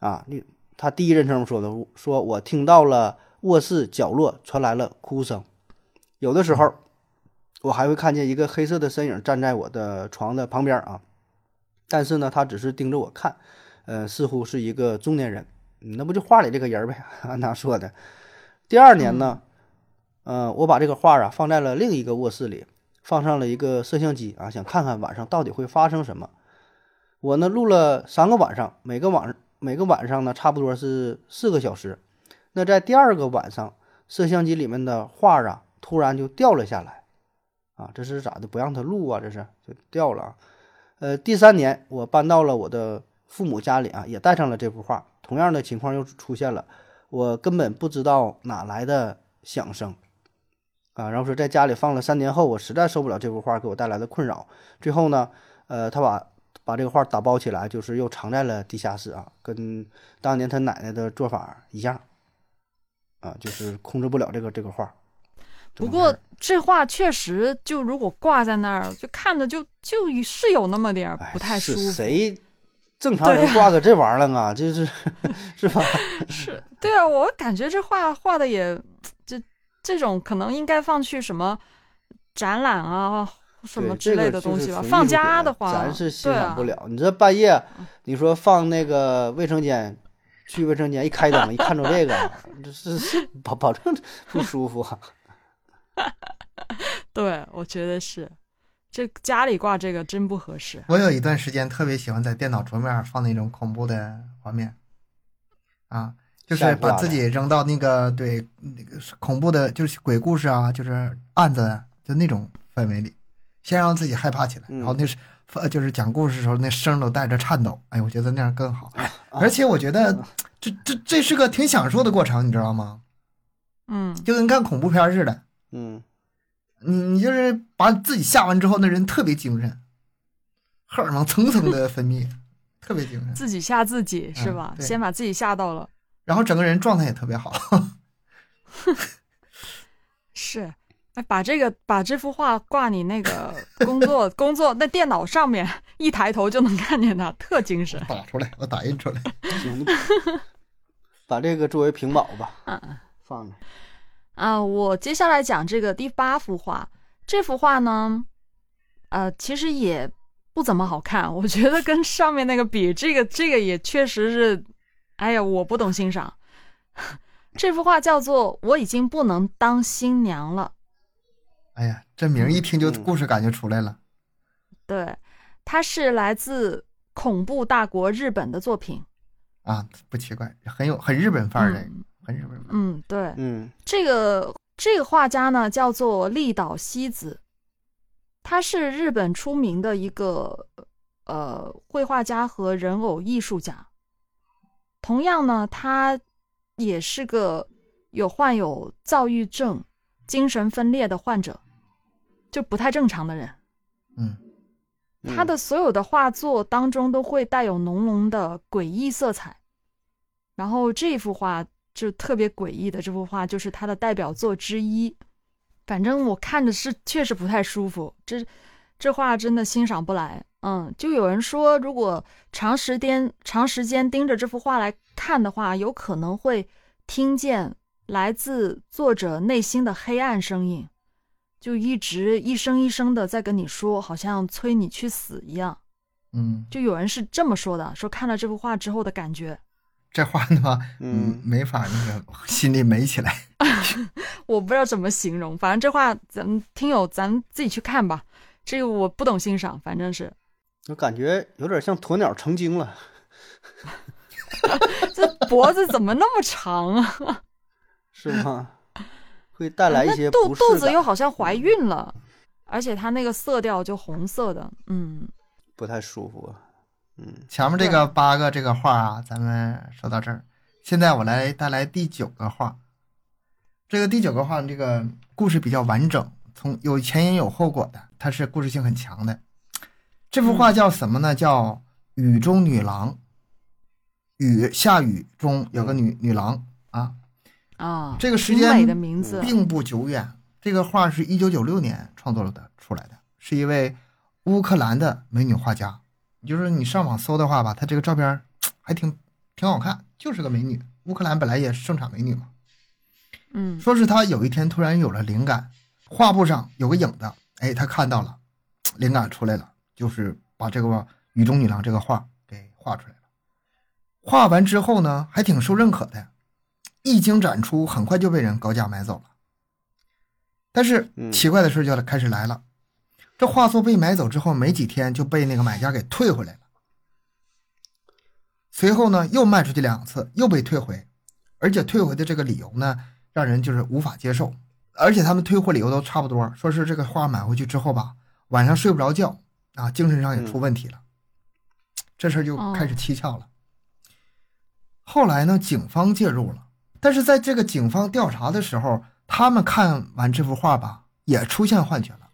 S3: 啊，你他第一人称说的，说我听到了卧室角落传来了哭声，有的时候我还会看见一个黑色的身影站在我的床的旁边啊，但是呢，他只是盯着我看，呃，似乎是一个中年人。嗯那不就画里这个人儿呗？按他说的。第二年呢，呃，我把这个画啊放在了另一个卧室里，放上了一个摄像机啊，想看看晚上到底会发生什么。我呢录了三个晚上，每个晚每个晚上呢差不多是四个小时。那在第二个晚上，摄像机里面的画啊突然就掉了下来，啊，这是咋的？不让他录啊？这是就掉了啊。呃，第三年我搬到了我的父母家里啊，也带上了这幅画，同样的情况又出现了，我根本不知道哪来的响声。啊，然后说在家里放了三年后，我实在受不了这幅画给我带来的困扰。最后呢，呃，他把把这个画打包起来，就是又藏在了地下室啊，跟当年他奶奶的做法一样，啊，就是控制不了这个这个画。这
S2: 不
S3: 么
S2: 过
S3: 回事
S2: 这画确实，就如果挂在那儿，就看着就就是有那么点儿
S3: 儿，哎
S2: 不太舒
S3: 是
S2: 服。
S3: 谁正常人
S2: 对啊
S3: 挂个这玩意儿啊？就是 [laughs] 是吧？
S2: 是，对啊，我感觉这画画的也，这这种可能应该放去什么展览啊，什么
S3: 对
S2: 之
S3: 这个
S2: 类的
S3: 就
S2: 东
S3: 是
S2: 西吧。
S3: 纯
S2: 放
S3: 艺术
S2: 家
S3: 品
S2: 的话，
S3: 咱是欣
S2: 对
S3: 赏不
S2: 啊嗯
S3: 了。你这半夜，你说放那个卫生间，去卫生间一开灯，一看着这个，
S2: [laughs]
S3: 这是 [laughs] 保保证不舒服啊。
S2: 对，我觉得是，这家里挂这个真不合适。
S1: 我有一段时间特别喜欢在电脑桌面放那种恐怖的画面，啊，就是把自己扔到那个对那个是恐怖的，就是鬼故事啊，就是案子就那种氛围里，先让自己害怕起来，
S3: 嗯
S1: 然后那是呃就是讲故事的时候那声都带着颤抖，哎，我觉得那样更好，而且我觉得这这这是个挺享受的过程，你知道吗？
S2: 嗯，
S1: 就跟看恐怖片似的，
S3: 嗯，
S1: 你你就是把自己吓完之后，那人特别精神，荷尔蒙蹭蹭的分泌，特别精神。
S2: 自己吓自己是
S1: 嗯
S2: 吧？
S1: 对
S2: 先把自己吓到了。
S1: 然后整个人状态也特别好。 [laughs]
S2: 是，哎，把这个把这幅画挂你那 [laughs] 个工作工作那电脑上面，一抬头就能看见它，特精神。
S1: 打出来，我打印出来。
S3: 行，把这个作为屏保吧，
S2: 嗯
S3: 放着。
S2: 啊，我接下来讲这个第八幅画。这幅画呢，呃，其实也不怎么好看。我觉得跟上面那个比，这个这个也确实是，哎呀，我不懂欣赏。这幅画叫做《我已经不能当新娘了》。
S1: 哎呀，这名儿一听就
S3: 嗯
S1: 故事感就出来了。
S2: 对，它是来自恐怖大国日本的作品。
S1: 啊，不奇怪，很有很日本范儿的，
S2: 嗯
S1: 很日本范儿。
S2: 嗯，对，
S3: 嗯
S2: 这个这个画家呢叫做立岛希子，他是日本出名的一个呃绘画家和人偶艺术家。同样呢，他也是个有患有躁郁症、精神分裂的患者，就不太正常的人。
S1: 嗯，
S3: 嗯
S2: 他的所有的画作当中都会带有浓浓的诡异色彩。然后这幅画就特别诡异的，这幅画就是他的代表作之一。反正我看着是确实不太舒服，这这画真的欣赏不来。嗯，就有人说，如果长时间长时间盯着这幅画来看的话，有可能会听见来自作者内心的黑暗声音。就一直一声一声的在跟你说，好像催你去死一样。
S1: 嗯，
S2: 就有人是这么说的，说看了这幅画之后的感觉，
S1: 这话的话，
S3: 嗯
S1: 没法那个心里美起来。
S2: 我不知道怎么形容，反正这画咱们听友咱们自己去看吧，这个我不懂欣赏，反正是
S3: 我感觉有点像鸵鸟成精了。
S2: 这脖子怎么那么长啊？
S3: 是吗？ [laughs] 会带来一
S2: 嗯那
S3: 些
S2: 肚
S3: 不适
S2: 肚子
S3: 感
S2: 又好
S1: 嗯
S2: 像怀孕了，而且它那个色调就红色的，嗯，
S3: 不太舒服啊。嗯，
S1: 前面这个八个这个画啊，咱们说到这儿，现在我来带来第九个画。这个第九个画，这个故事比较完整，从有前因有后果的，它是故事性很强的。这幅画叫什么呢？叫《雨中女郎》。雨下雨中有个女女郎啊，
S2: 啊，
S1: 这个时
S2: 挺美
S1: 间
S2: 的名字，
S1: 并不久远。这个画是一九九六年创作了的出来的，是一位乌克兰的美女画家。就是你上网搜的话吧，她这个照片儿还挺挺好看，就是个美女。乌克兰本来也盛产美女嘛。
S2: 嗯
S1: 说是她有一天突然有了灵感，画布上有个影子，哎，她看到了，灵感出来了，就是把这个《雨中女郎》这个画给画出来了。画完之后呢，还挺受认可的，一经展出，很快就被人高价买走了。但是
S3: 嗯
S1: 奇怪的事就要开始来了，这画作被买走之后没几天就被那个买家给退回来了。随后呢又卖出去两次，又被退回，而且退回的这个理由呢，让人就是无法接受。而且他们退货理由都差不多，说是这个画买回去之后吧，晚上睡不着觉啊，精神上也出问题了。这事儿就开始蹊跷了。后来呢，警方介入了，但是在这个警方调查的时候，他们看完这幅画吧，也出现幻觉了。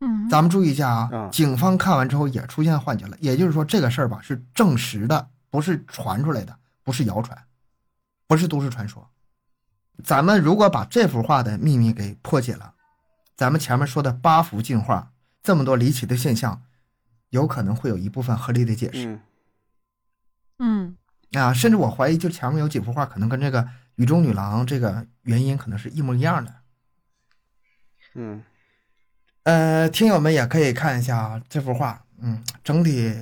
S2: 嗯，
S1: 咱们注意一下啊
S3: 啊，
S1: 警方看完之后也出现幻觉了，也就是说这个事儿吧是证实的，不是传出来的，不是谣传，不是都市传说。咱们如果把这幅画的秘密给破解了，咱们前面说的八幅进画这么多离奇的现象，有可能会有一部分合理的解释、
S3: 嗯
S2: 嗯
S1: 啊，甚至我怀疑就前面有几幅画可能跟这个雨中女郎这个原因可能是一模一样的。
S3: 嗯
S1: 呃，听友们也可以看一下这幅画，嗯，整体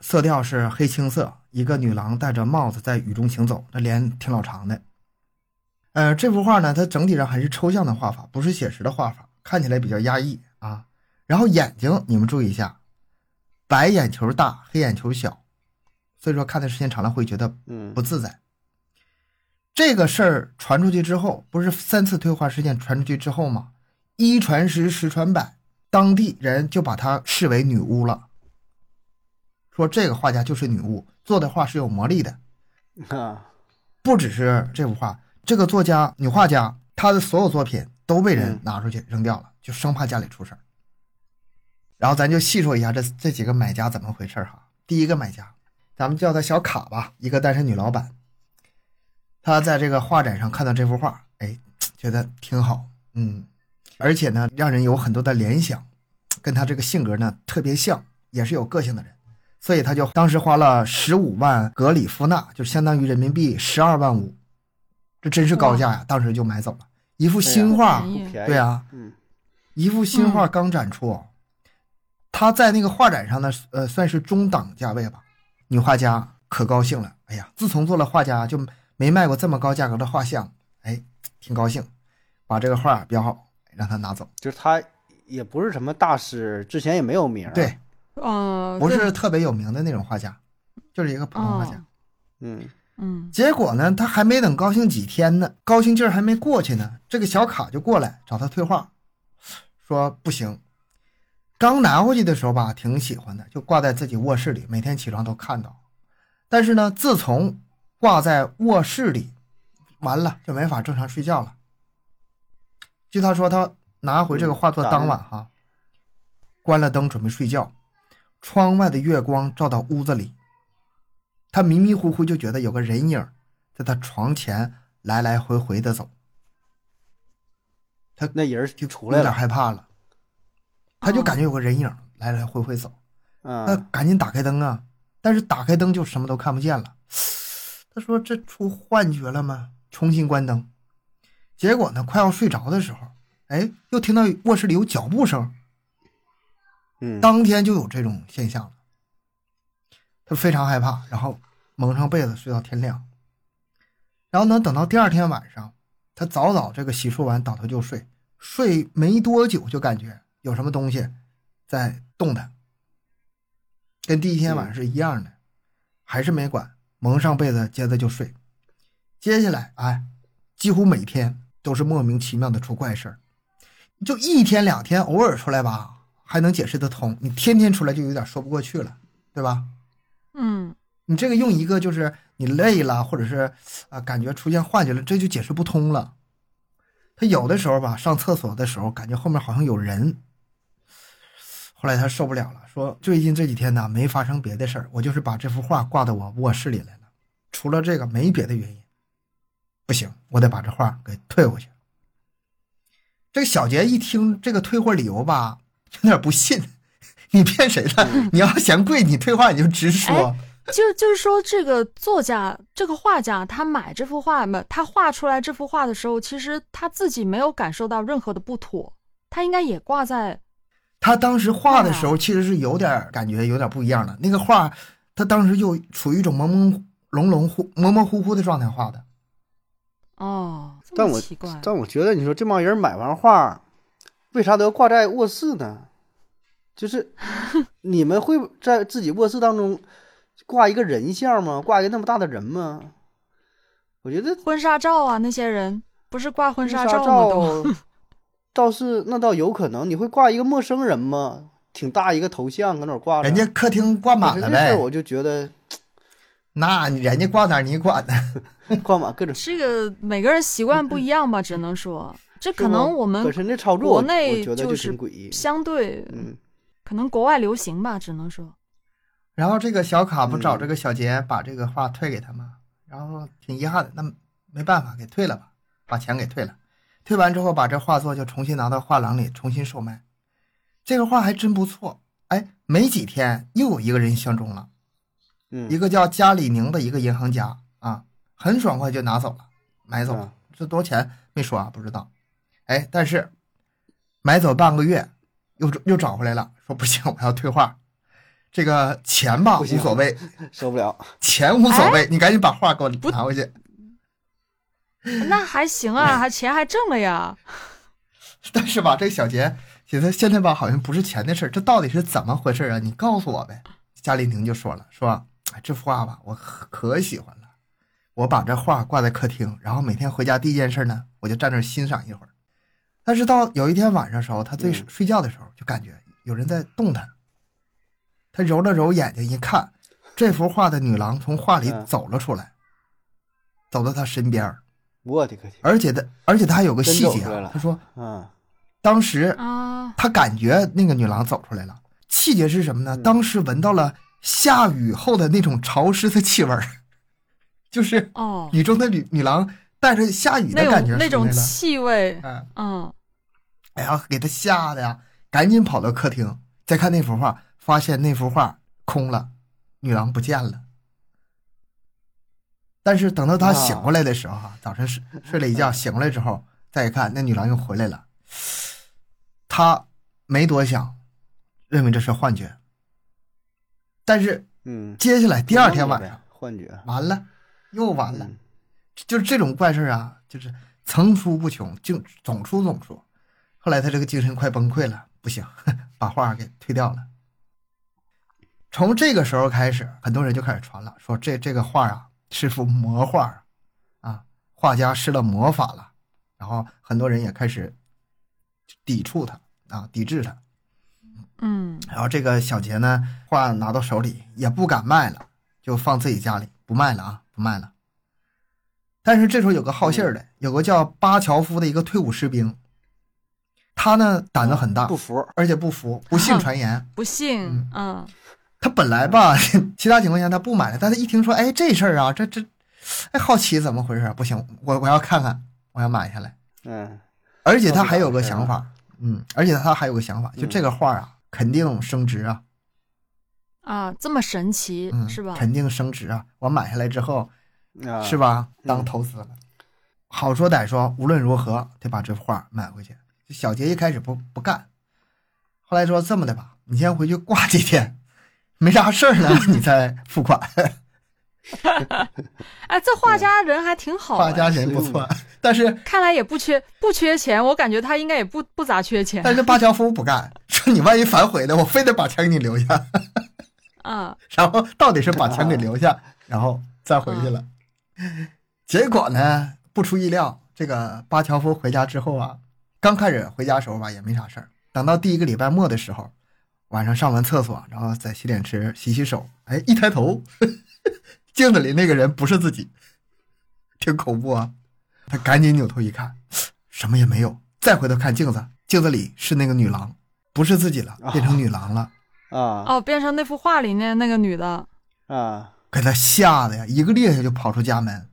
S1: 色调是黑青色，一个女郎戴着帽子在雨中行走，那脸挺老长的。呃，这幅画呢，它整体上还是抽象的画法，不是写实的画法，看起来比较压抑啊。然后眼睛，你们注意一下，白眼球大，黑眼球小，所以说看的时间长了会觉得
S3: 嗯
S1: 不自在。这个事儿传出去之后，不是三次退化事件传出去之后吗？一传十，十传百，当地人就把她视为女巫了，说这个画家就是女巫，做的画是有魔力的。
S3: 啊，
S1: 不只是这幅画，这个作家女画家，她的所有作品都被人拿出去扔掉了，就生怕家里出事儿。然后咱就细说一下这这几个买家怎么回事儿哈。第一个买家，咱们叫她小卡吧，一个单身女老板。她在这个画展上看到这幅画，哎，觉得挺好，嗯，而且呢，让人有很多的联想，跟她这个性格呢特别像，也是有个性的人。所以他就当时花了十五万格里夫纳，就相当于人民币十二万五，这真是高价呀！当时就买走了一幅新画
S2: 不，便宜
S3: 便宜，
S1: 对，啊，
S3: 嗯
S1: 一幅新画刚展出，他在那个画展上呢，呃，算是中档价位吧。女画家可高兴了，哎呀，自从做了画家就没卖过这么高价格的画像，哎，挺高兴，把这个画裱好，让他拿走。
S3: 就是他也不是什么大师，之前也没有名儿，
S1: 对，
S2: 哦，
S1: 不
S2: 对
S1: 是特别有名的那种画家，就是一个普通画家。
S2: 哦
S3: 嗯
S2: 嗯
S1: 结果呢，他还没等高兴几天呢，高兴劲儿还没过去呢，这个小卡就过来找他退画，说不行。刚拿回去的时候吧，挺喜欢的，就挂在自己卧室里，每天起床都看到。但是呢，自从挂在卧室里，完了就没法正常睡觉了。据他说，他拿回这个画作当晚哈、关了灯准备睡觉，窗外的月光照到屋子里，他迷迷糊糊就觉得有个人影儿在他床前来来回回的走，
S3: 那人儿就
S1: 就
S3: 出来
S1: 有点
S3: 了，
S1: 害怕了，他就
S2: 哦
S1: 感觉有个人影儿来来回回走，那
S3: 嗯
S1: 赶紧打开灯啊！但是打开灯就什么都看不见了。 [sniffs] 他说：“这出幻觉了吗？”重新关灯。结果呢，快要睡着的时候，哎，又听到卧室里有脚步声，
S3: 嗯，
S1: 当天就有这种现象了。他非常害怕，然后蒙上被子睡到天亮。然后呢，等到第二天晚上，他早早这个洗漱完倒头就睡，睡没多久就感觉有什么东西在动弹，跟第一天晚上是一样的，还是没管，蒙上被子接着就睡。接下来，哎，几乎每天都是莫名其妙的出怪事儿。就一天两天偶尔出来吧，还能解释得通。你天天出来就有点说不过去了，对吧？
S2: 嗯
S1: 你这个用一个就是你累了，或者是啊、感觉出现幻觉了，这就解释不通了。他有的时候吧，上厕所的时候感觉后面好像有人。后来他受不了了，说最近这几天呢没发生别的事儿，我就是把这幅画挂到我卧室里来了，除了这个没别的原因。不行，我得把这画给退回去。这个小杰一听这个退货理由吧，有点不信。 [laughs] 你骗谁呢？你要嫌贵，你退换你就直说。
S2: 哎就就是说，这个作家、这个画家，他买这幅画嘛，他画出来这幅画的时候，其实他自己没有感受到任何的不妥，他应该也挂在
S1: 他当时画的时
S3: 啊
S1: 候其实是有点儿感觉有点不一样的。那个画，他当时就处于一种朦朦胧胧糊模模糊糊的状态画的。
S2: 哦，这
S3: 但
S2: 么
S3: 我
S2: 奇怪，
S3: 但我觉得你说这帮人买完画，为啥都要挂在
S1: [laughs]
S3: 卧室呢？就是你们会在自己卧室当中挂一个人像吗？挂一个那么大的人吗？我觉得
S2: 婚纱照啊，那些人不是挂婚纱
S3: 照啊
S2: 吗？都
S3: 倒是那倒有可能，你会挂一个陌生人吗？挺大一个头像搁那儿挂着，
S1: 人家客厅挂满了
S3: 这事
S1: 呗
S3: 儿，我就觉得
S1: 那你人家挂哪儿 [laughs] 你管呢？
S3: 挂
S1: [laughs]
S3: 满各种，
S2: 这个每个人习惯不一样吧，只能说这可能我们
S3: 本身这操作，
S2: 国
S3: 我
S2: 内
S3: 觉得
S2: 就
S3: 就是挺诡异。
S2: 相对
S3: 嗯，
S2: 可能国外流行吧，只能
S3: [laughs]
S2: 说
S1: 然后这个小卡不找
S3: 嗯
S1: 这个小杰把这个话退给他吗？然后挺遗憾的，那没办法，给退了吧，把钱给退了。退完之后，把这画作就重新拿到画廊里重新售卖。这个画还真不错，哎，没几天又有一个人相中了，
S3: 嗯
S1: 一个叫加里宁的一个银行家啊，很爽快就拿走了，买走了。
S3: 啊
S1: 这多少钱没说啊，不知道。哎，但是买走半个月，又又找回来了，说不行，我要退画。这个钱吧
S3: 不
S1: 无
S3: 行
S1: 所谓，
S3: 受不了，哎
S1: 钱无所谓，你赶紧把画给我
S2: 不
S1: 拿回去。
S2: 那还行啊，还钱还挣了呀。
S1: [laughs] 但是吧，这个小杰寻思现在吧，好像不是钱的事儿，这到底是怎么回事啊？你告诉我呗。嘉丽婷就说了，说哎这幅画吧，我可可喜欢了，我把这画挂在客厅，然后每天回家第一件事呢，我就站那儿欣赏一会儿。但是到有一天晚上的时候，他最
S3: 嗯
S1: 睡觉的时候，就感觉有人在动他。他揉了揉眼睛，一看，这幅画的女郎从画里
S3: 嗯
S1: 走了出来，走到他身边儿，
S3: 我的个天，
S1: 而且他，而且他还有个
S3: 真
S1: 细
S3: 走
S1: 节
S3: 出来
S1: 啊
S3: 了，
S1: 他说
S3: 啊，
S1: 当时
S2: 啊，
S1: 他感觉那个女郎走出来了。细节是什么呢？
S3: 嗯
S1: 当时闻到了下雨后的那种潮湿的气味儿， [laughs] 就是
S2: 哦，
S1: 雨中的女女郎带着下雨
S2: 那
S1: 的感觉
S2: 种那
S1: 出
S2: 种
S1: 来了。
S2: 气味，
S1: 嗯，
S2: 嗯，
S1: 哎呀，给他吓得呀，赶紧跑到客厅，再看那幅画，发现那幅画空了，女郎不见了。但是等到他醒过来的时候啊，早晨睡睡了一觉，醒过来之后再一看，那女郎又回来了。他没多想，认为这是幻觉。但是
S3: 嗯，
S1: 接下来第二天晚上，
S3: 幻觉，
S1: 完了，又完了
S3: 嗯，
S1: 就是这种怪事儿啊，就是层出不穷，就总出总出。后来他这个精神快崩溃了，不行， [laughs] 把画给推掉了。从这个时候开始，很多人就开始传了，说这这个画啊是幅魔画啊，啊，画家施了魔法了。然后很多人也开始抵触他啊，抵制他。
S2: 嗯，
S1: 然后这个小杰呢，画拿到手里也不敢卖了，就放自己家里不卖了啊，不卖了。但是这时候有个好信儿
S3: 嗯
S1: 的，有个叫巴乔夫的一个退伍士兵，他呢胆子很大
S3: 不，服，
S1: 而且不
S3: [laughs]
S1: 服，不信传言。
S2: 不信，嗯，
S1: 他本来吧，[laughs]
S3: 嗯
S1: 其他情况下他不买了，但他一听说，哎，这事儿啊，这这，哎，好奇怎么回事啊？不行，我我要看看，我要买下来。
S3: 嗯，
S1: 而且他还有个想
S3: 啊
S1: 法，嗯，而且他还有个想法，就
S3: 嗯
S1: 这个画啊，肯定升值啊。
S2: 啊，这么神奇
S1: 嗯，
S2: 是吧？
S1: 肯定升值啊！我买下来之后，
S3: 啊，
S1: 是？吧？当
S3: 嗯
S1: 投资了，好说歹说，无论如何得把这画买回去。这小杰一开始不不干，后来说这么的吧，你先回去挂几天，没啥事
S2: [laughs]
S1: 儿呢，你再付款。
S2: 哎，这画家人还挺好、哎，
S1: 画家人不错
S3: 嗯，
S1: 但是
S2: 看来也不缺不缺钱，我感觉他应该也不不咋缺钱
S1: 但是巴乔夫不干，说你万一反悔了，我非得把钱给你留下。
S2: 啊。
S1: 然后到底是把钱给留下，然后再回去了。 [laughs] 结果呢，不出意料，这个巴乔夫回家之后啊，刚开始回家时候吧也没啥事儿，等到第一个礼拜末的时候，晚上上完厕所，然后在洗脸池洗洗手，哎，一抬头， [laughs] 镜子里那个人不是自己，挺恐怖啊！他赶紧扭头一看，什么也没有，再回头看镜子，镜子里是那个女郎，不是自己了，变成女郎了。
S3: 啊
S2: 哦，变成那幅画里面那个女的，
S3: 啊，
S1: 给他吓得呀，一个趔趄就跑出家门，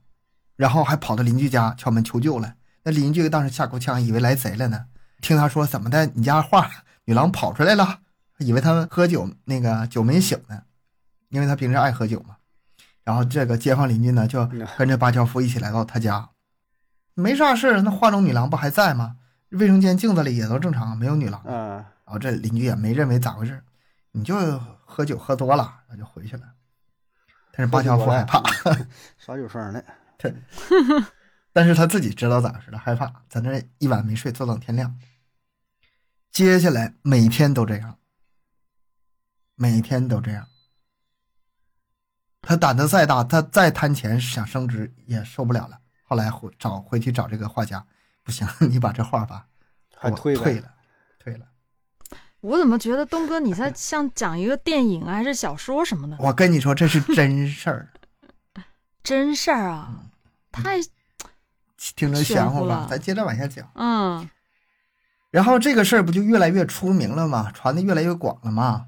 S1: 然后还跑到邻居家敲门求救来。那邻居当时吓够呛，以为来贼了呢。听他说怎么的，你家画女郎跑出来了，以为他们喝酒那个酒没醒呢，因为他平时爱喝酒嘛。然后这个街坊邻居呢，就跟着巴乔夫一起来到他家，没啥事儿那画中女郎不还在吗？卫生间镜子里也都正常，没有女郎。
S3: 啊，
S1: 然后这邻居也没认为咋回事儿，你就喝酒喝多了，那就回去了。但是巴乔夫害怕， [laughs]
S3: 耍酒疯的，
S1: 但是他自己知道咋回事了，害怕，在那儿一晚没睡，坐到天亮。接下来每天都这样，每天都这样。他胆子再大，他再贪钱想升职也受不了了。后来回找回去找这个画家，不行， [laughs] 你把这画吧，
S3: 还
S1: 我
S3: 退了
S1: 退了，退了。
S2: 我怎么觉得东哥你在像讲一个电影啊还是小说什么的？
S1: 我跟你说，这是真事儿，
S2: 真事儿啊，
S1: 嗯
S2: 太
S1: 听着玄乎
S2: 玄乎
S1: 吧
S2: 了？
S1: 咱接着往下讲。
S2: 嗯
S1: 然后这个事儿不就越来越出名了吗？传的越来越广了吗？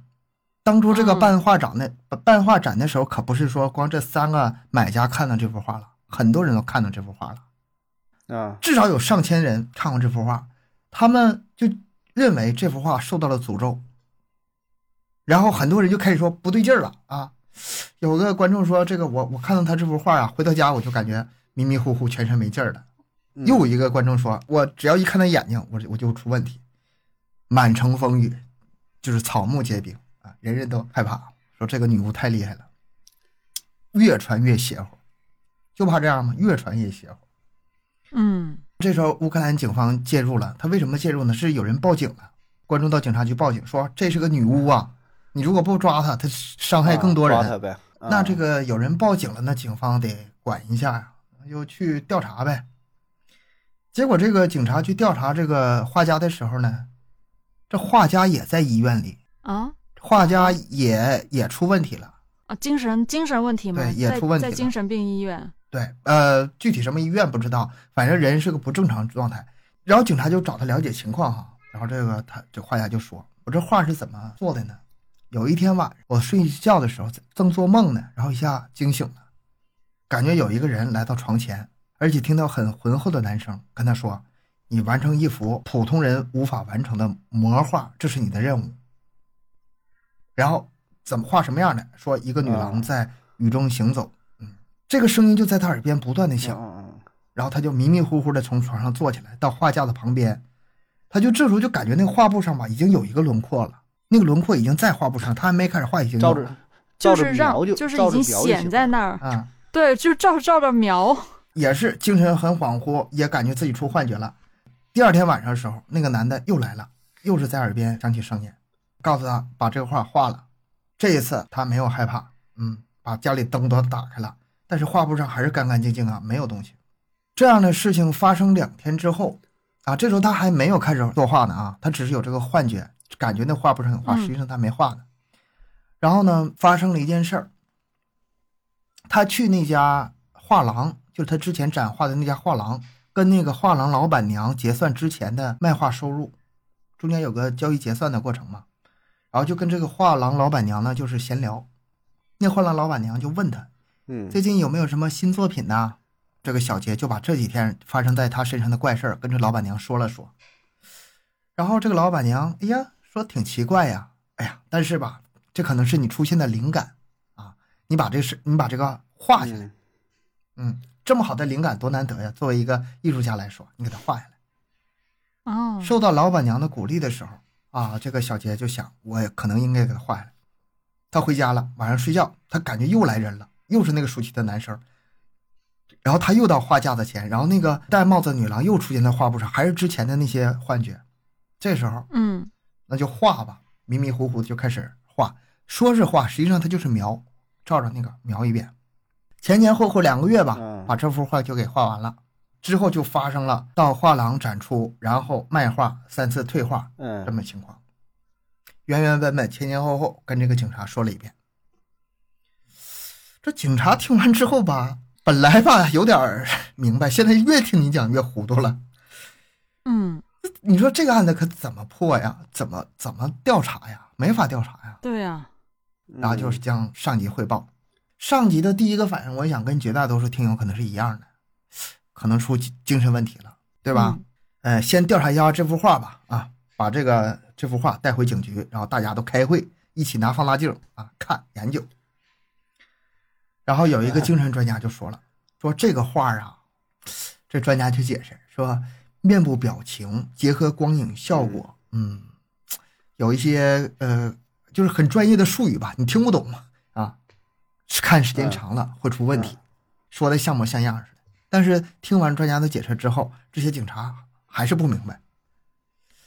S1: 当初这个
S2: 嗯
S1: 办画展的、办画展的时候，可不是说光这三个买家看到这幅画了，很多人都看到这幅画了，
S3: 啊，
S1: 至少有上千人看过这幅画，他们就认为这幅画受到了诅咒。然后很多人就开始说不对劲儿了啊！有个观众说：“这个我我看到他这幅画啊，回到家我就感觉迷迷糊糊，全身没劲儿了。”
S3: 嗯
S1: 又有一个观众说：“我只要一看他眼睛，我就我就出问题。”满城风雨，就是草木皆兵啊，人人都害怕，说这个女巫太厉害了，越传越邪乎，就怕这样吗？越传越邪乎。
S2: 嗯
S1: 这时候乌克兰警方介入了，他为什么介入呢？是有人报警了，观众到警察局报警说这是个女巫啊，你如果不抓她，她伤害更多人。
S3: 啊抓他呗。啊
S1: 那这个有人报警了，那警方得管一下呀，就去调查呗。结果这个警察去调查这个画家的时候呢，这画家也在医院里，
S2: 啊
S1: 画家也也出问题了。
S2: 啊，精神精神问题嘛，
S1: 对也出问题
S2: 在
S1: 了
S2: 在精神病医院。
S1: 对，呃，具体什么医院不知道，反正人是个不正常状态。然后警察就找他了解情况哈，然后这个他这画家就说：“我这画是怎么做的呢？有一天晚上我睡觉的时候正做梦呢，然后一下惊醒了，感觉有一个人来到床前，而且听到很浑厚的男声跟他说：‘你完成一幅普通人无法完成的魔画，这是你的任务。’然后怎么画什么样的？说一个女郎
S3: 啊
S1: 在雨中行走，嗯，这个声音就在他耳边不断的响。
S3: 嗯嗯
S1: 然后他就迷迷糊糊的从床上坐起来，到画架子旁边，他就这时候就感觉那个画布上吧，已经有一个轮廓了，那个轮廓已经在画布上，他还没开始画，已经有
S3: 嗯照
S1: 了
S3: 着
S2: 就
S3: 照
S2: 是
S3: 着
S2: 让
S3: 描就是照
S2: 已
S3: 着
S2: 经
S3: 描就
S2: 显
S3: 行
S2: 在
S3: 了
S2: 那儿，
S1: 啊，
S2: 对，就照照着描，
S1: 也是精神很恍惚，也感觉自己出幻觉了。第二天晚上的时候，那个男的又来了，又是在耳边响起声音，告诉他把这个画画了。这一次他没有害怕，嗯，把家里灯都打开了，但是画布上还是干干净净啊，没有东西。这样的事情发生两天之后，啊，这时候他还没有开始作画呢啊，他只是有这个幻觉，感觉那画布上有画，
S2: 嗯
S1: 实际上他没画呢。然后呢，发生了一件事儿，他去那家画廊，就是他之前展画的那家画廊，跟那个画廊老板娘结算之前的卖画收入，中间有个交易结算的过程嘛。然后就跟这个画廊老板娘呢，就是闲聊。那画廊老板娘就问他，
S3: 嗯，
S1: 最近有没有什么新作品呢？这个小杰就把这几天发生在他身上的怪事儿跟这老板娘说了说。然后这个老板娘，哎呀，说挺奇怪呀，哎呀，但是吧，这可能是你出现的灵感啊，你把这事，你把这个画下来，
S3: 嗯
S1: 嗯，这么好的灵感多难得呀！作为一个艺术家来说，你给它画下来。
S2: 哦，
S1: 受到老板娘的鼓励的时候啊，这个小杰就想，我也可能应该给他画下来。他回家了，晚上睡觉，他感觉又来人了，又是那个熟悉的男生。然后他又到画架子前，然后那个戴帽子女郎又出现在画布上，还是之前的那些幻觉。这时候
S2: 嗯
S1: 那就画吧，迷迷糊糊的就开始画，说是画，实际上他就是描，照着那个描一遍。前前后后两个月吧，
S3: 嗯
S1: 把这幅画就给画完了。之后就发生了到画廊展出，然后卖画三次退画
S3: 嗯
S1: 这么情况，原原本本前前后后跟这个警察说了一遍。这警察听完之后吧，本来吧有点儿明白，现在越听你讲越糊涂了。
S2: 嗯，
S1: 你说这个案子可怎么破呀？怎么怎么调查呀？没法调查呀。
S2: 对啊呀、
S3: 嗯
S1: 然后就是将上级汇报。上级的第一个反应，我想跟绝大多数听友可能是一样的，可能出精精神问题了，对吧？呃，先调查一下这幅画吧，啊，把这个这幅画带回警局，然后大家都开会，一起拿放大镜啊看研究。然后有一个精神专家就说了，说这个画啊，这专家就解释说，面部表情结合光影效果，嗯，有一些呃，就是很专业的术语吧，你听不懂嘛啊，看时间长了会出问题，说的像模像样似的。但是听完专家的解释之后，这些警察还是不明白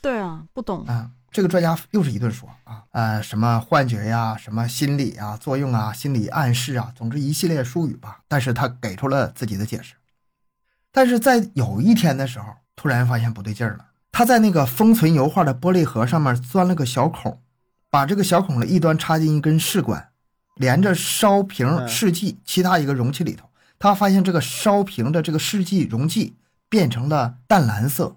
S2: 对啊，不懂，
S1: 啊，这个专家又是一顿说啊，呃，什么幻觉呀，什么心理啊作用啊，心理暗示啊，总之一系列术语吧。但是他给出了自己的解释。但是在有一天的时候，突然发现不对劲儿了，他在那个封存油画的玻璃盒上面钻了个小孔，把这个小孔的一端插进一根试管，连着烧瓶
S3: 嗯
S1: 试剂其他一个容器里头。他发现这个烧瓶的这个试剂溶剂变成了淡蓝色，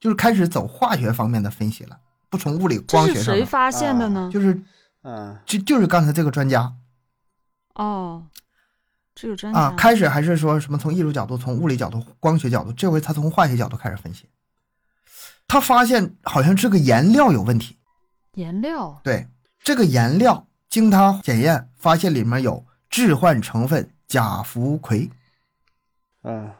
S1: 就是开始走化学方面的分析了，不从物理
S2: 这
S1: 光
S2: 是
S1: 学上
S2: 谁
S1: 了，
S2: 发现的呢？
S1: 就是
S3: 嗯
S1: 就就是刚才这个专家
S2: 哦，这个专家
S1: 啊，开始还是说什么从艺术角度、从物理角度、光学角度，这回他从化学角度开始分析，他发现好像这个颜料有问题，
S2: 颜料
S1: 对，这个颜料经他检验发现里面有致幻成分甲氟喹，
S3: 嗯，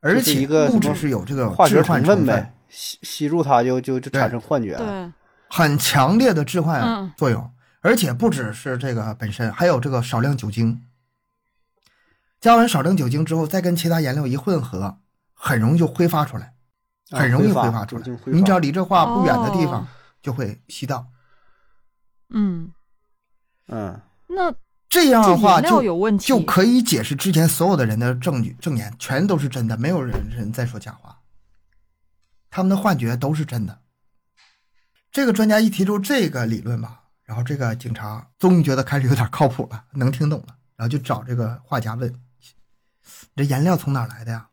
S1: 而
S3: 这是
S1: 且
S3: 一个
S1: 不
S3: 什
S1: 只
S3: 么
S1: 是有这个
S3: 化
S1: 致
S3: 学
S1: 幻
S3: 成
S1: 成
S3: 呗，吸吸入它就就就产生幻
S1: 啊
S3: 觉。
S2: 对，
S1: 很强烈的致幻
S2: 嗯
S1: 作用，而且不只是这个本身，还有这个少量酒精。加完少量酒精之后，再跟其他颜料一混合，很容易就挥发出来，
S3: 啊
S1: 很容易
S3: 挥发
S1: 挥发出来
S3: 酒精。挥发
S1: 你只要离这画不远的地
S2: 哦
S1: 方，就会吸到。
S2: 嗯，
S3: 嗯，
S2: 那
S1: 这样
S2: 这
S1: 的话
S2: 颜料
S1: 就
S2: 有问题
S1: 就可以解释之前所有的人的证据证言全都是真的，没有人人在说假话，他们的幻觉都是真的。这个专家一提出这个理论吧，然后这个警察终于觉得开始有点靠谱了，能听懂了，然后就找这个画家问：“你这颜料从哪儿来的呀？”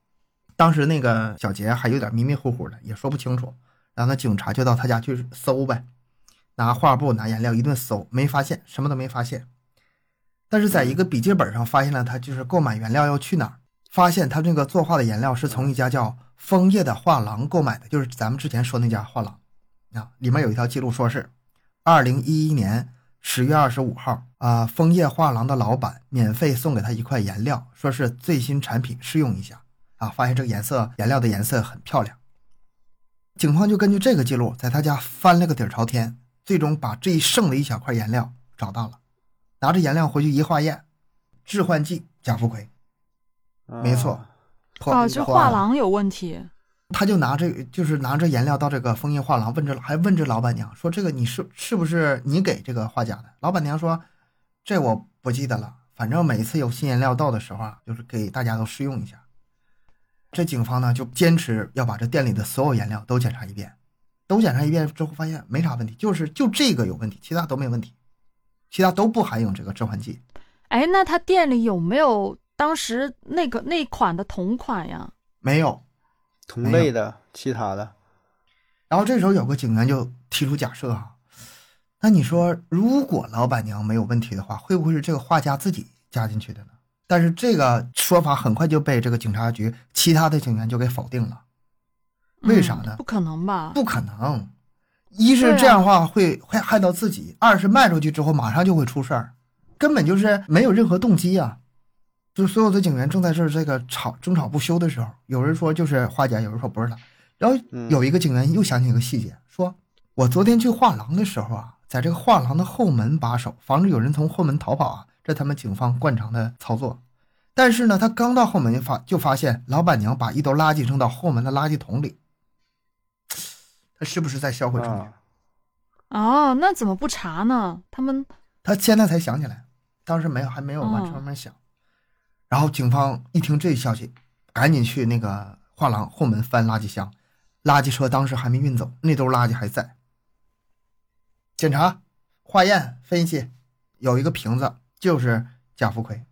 S1: 当时那个小杰还有点迷迷糊糊的，也说不清楚。然后那警察就到他家去搜呗，拿画布、拿颜料一顿搜，没发现，什么都没发现。但是在一个笔记本上发现了他就是购买原料要去哪儿，发现他那个作画的颜料是从一家叫枫叶的画廊购买的，就是咱们之前说那家画廊啊，里面有一条记录说是，二零一一年十月二十五号啊，枫叶画廊的老板免费送给他一块颜料，说是最新产品试用一下啊，发现这个颜色颜料的颜色很漂亮。警方就根据这个记录，在他家翻了个底儿朝天，最终把这一剩的一小块颜料找到了。拿着颜料回去一化验，致幻剂甲氟喹，
S3: 嗯
S1: 没错。破
S2: 啊，就
S1: 破
S2: 画
S1: 案了。
S2: 廊有问题，
S1: 他就拿这就是拿着颜料到这个枫叶画廊问这还问这老板娘说这个你是是不是你给这个画家的？老板娘说这我不记得了，反正每次有新颜料到的时候啊，就是给大家都试用一下。这警方呢就坚持要把这店里的所有颜料都检查一遍，都检查一遍之后发现没啥问题，就是就这个有问题，其他都没问题，其他都不含有这个致幻剂。
S2: 哎，那他店里有没有当时那个那款的同款呀？
S1: 没有，
S3: 同类的、其他的，
S1: 然后这时候有个警员就提出假设啊，那你说如果老板娘没有问题的话，会不会是这个画家自己加进去的呢？但是这个说法很快就被这个警察局其他的警员就给否定了，为啥呢
S2: 嗯不可能吧？
S1: 不可能。一是
S2: 对啊
S1: 这样的话会会害到自己，二是卖出去之后马上就会出事儿，根本就是没有任何动机啊。就是所有的警员正在这儿这个吵争吵不休的时候，有人说就是画家，有人说不是他。然后
S3: 嗯
S1: 有一个警员又想起一个细节，说我昨天去画廊的时候啊，在这个画廊的后门把守，防止有人从后门逃跑啊，这他们警方惯常的操作。但是呢，他刚到后门就发就发现老板娘把一兜垃圾扔到后门的垃圾桶里，他是不是在销毁证据？
S3: 啊，
S2: 哦，那怎么不查呢？他们
S1: 他现在才想起来，当时没有还没有往
S2: 哦
S1: 上面想。然后警方一听这消息，赶紧去那个画廊后门翻垃圾箱，垃圾车当时还没运走，那兜垃圾还在。检查、化验、分析，有一个瓶子就是甲氟喹，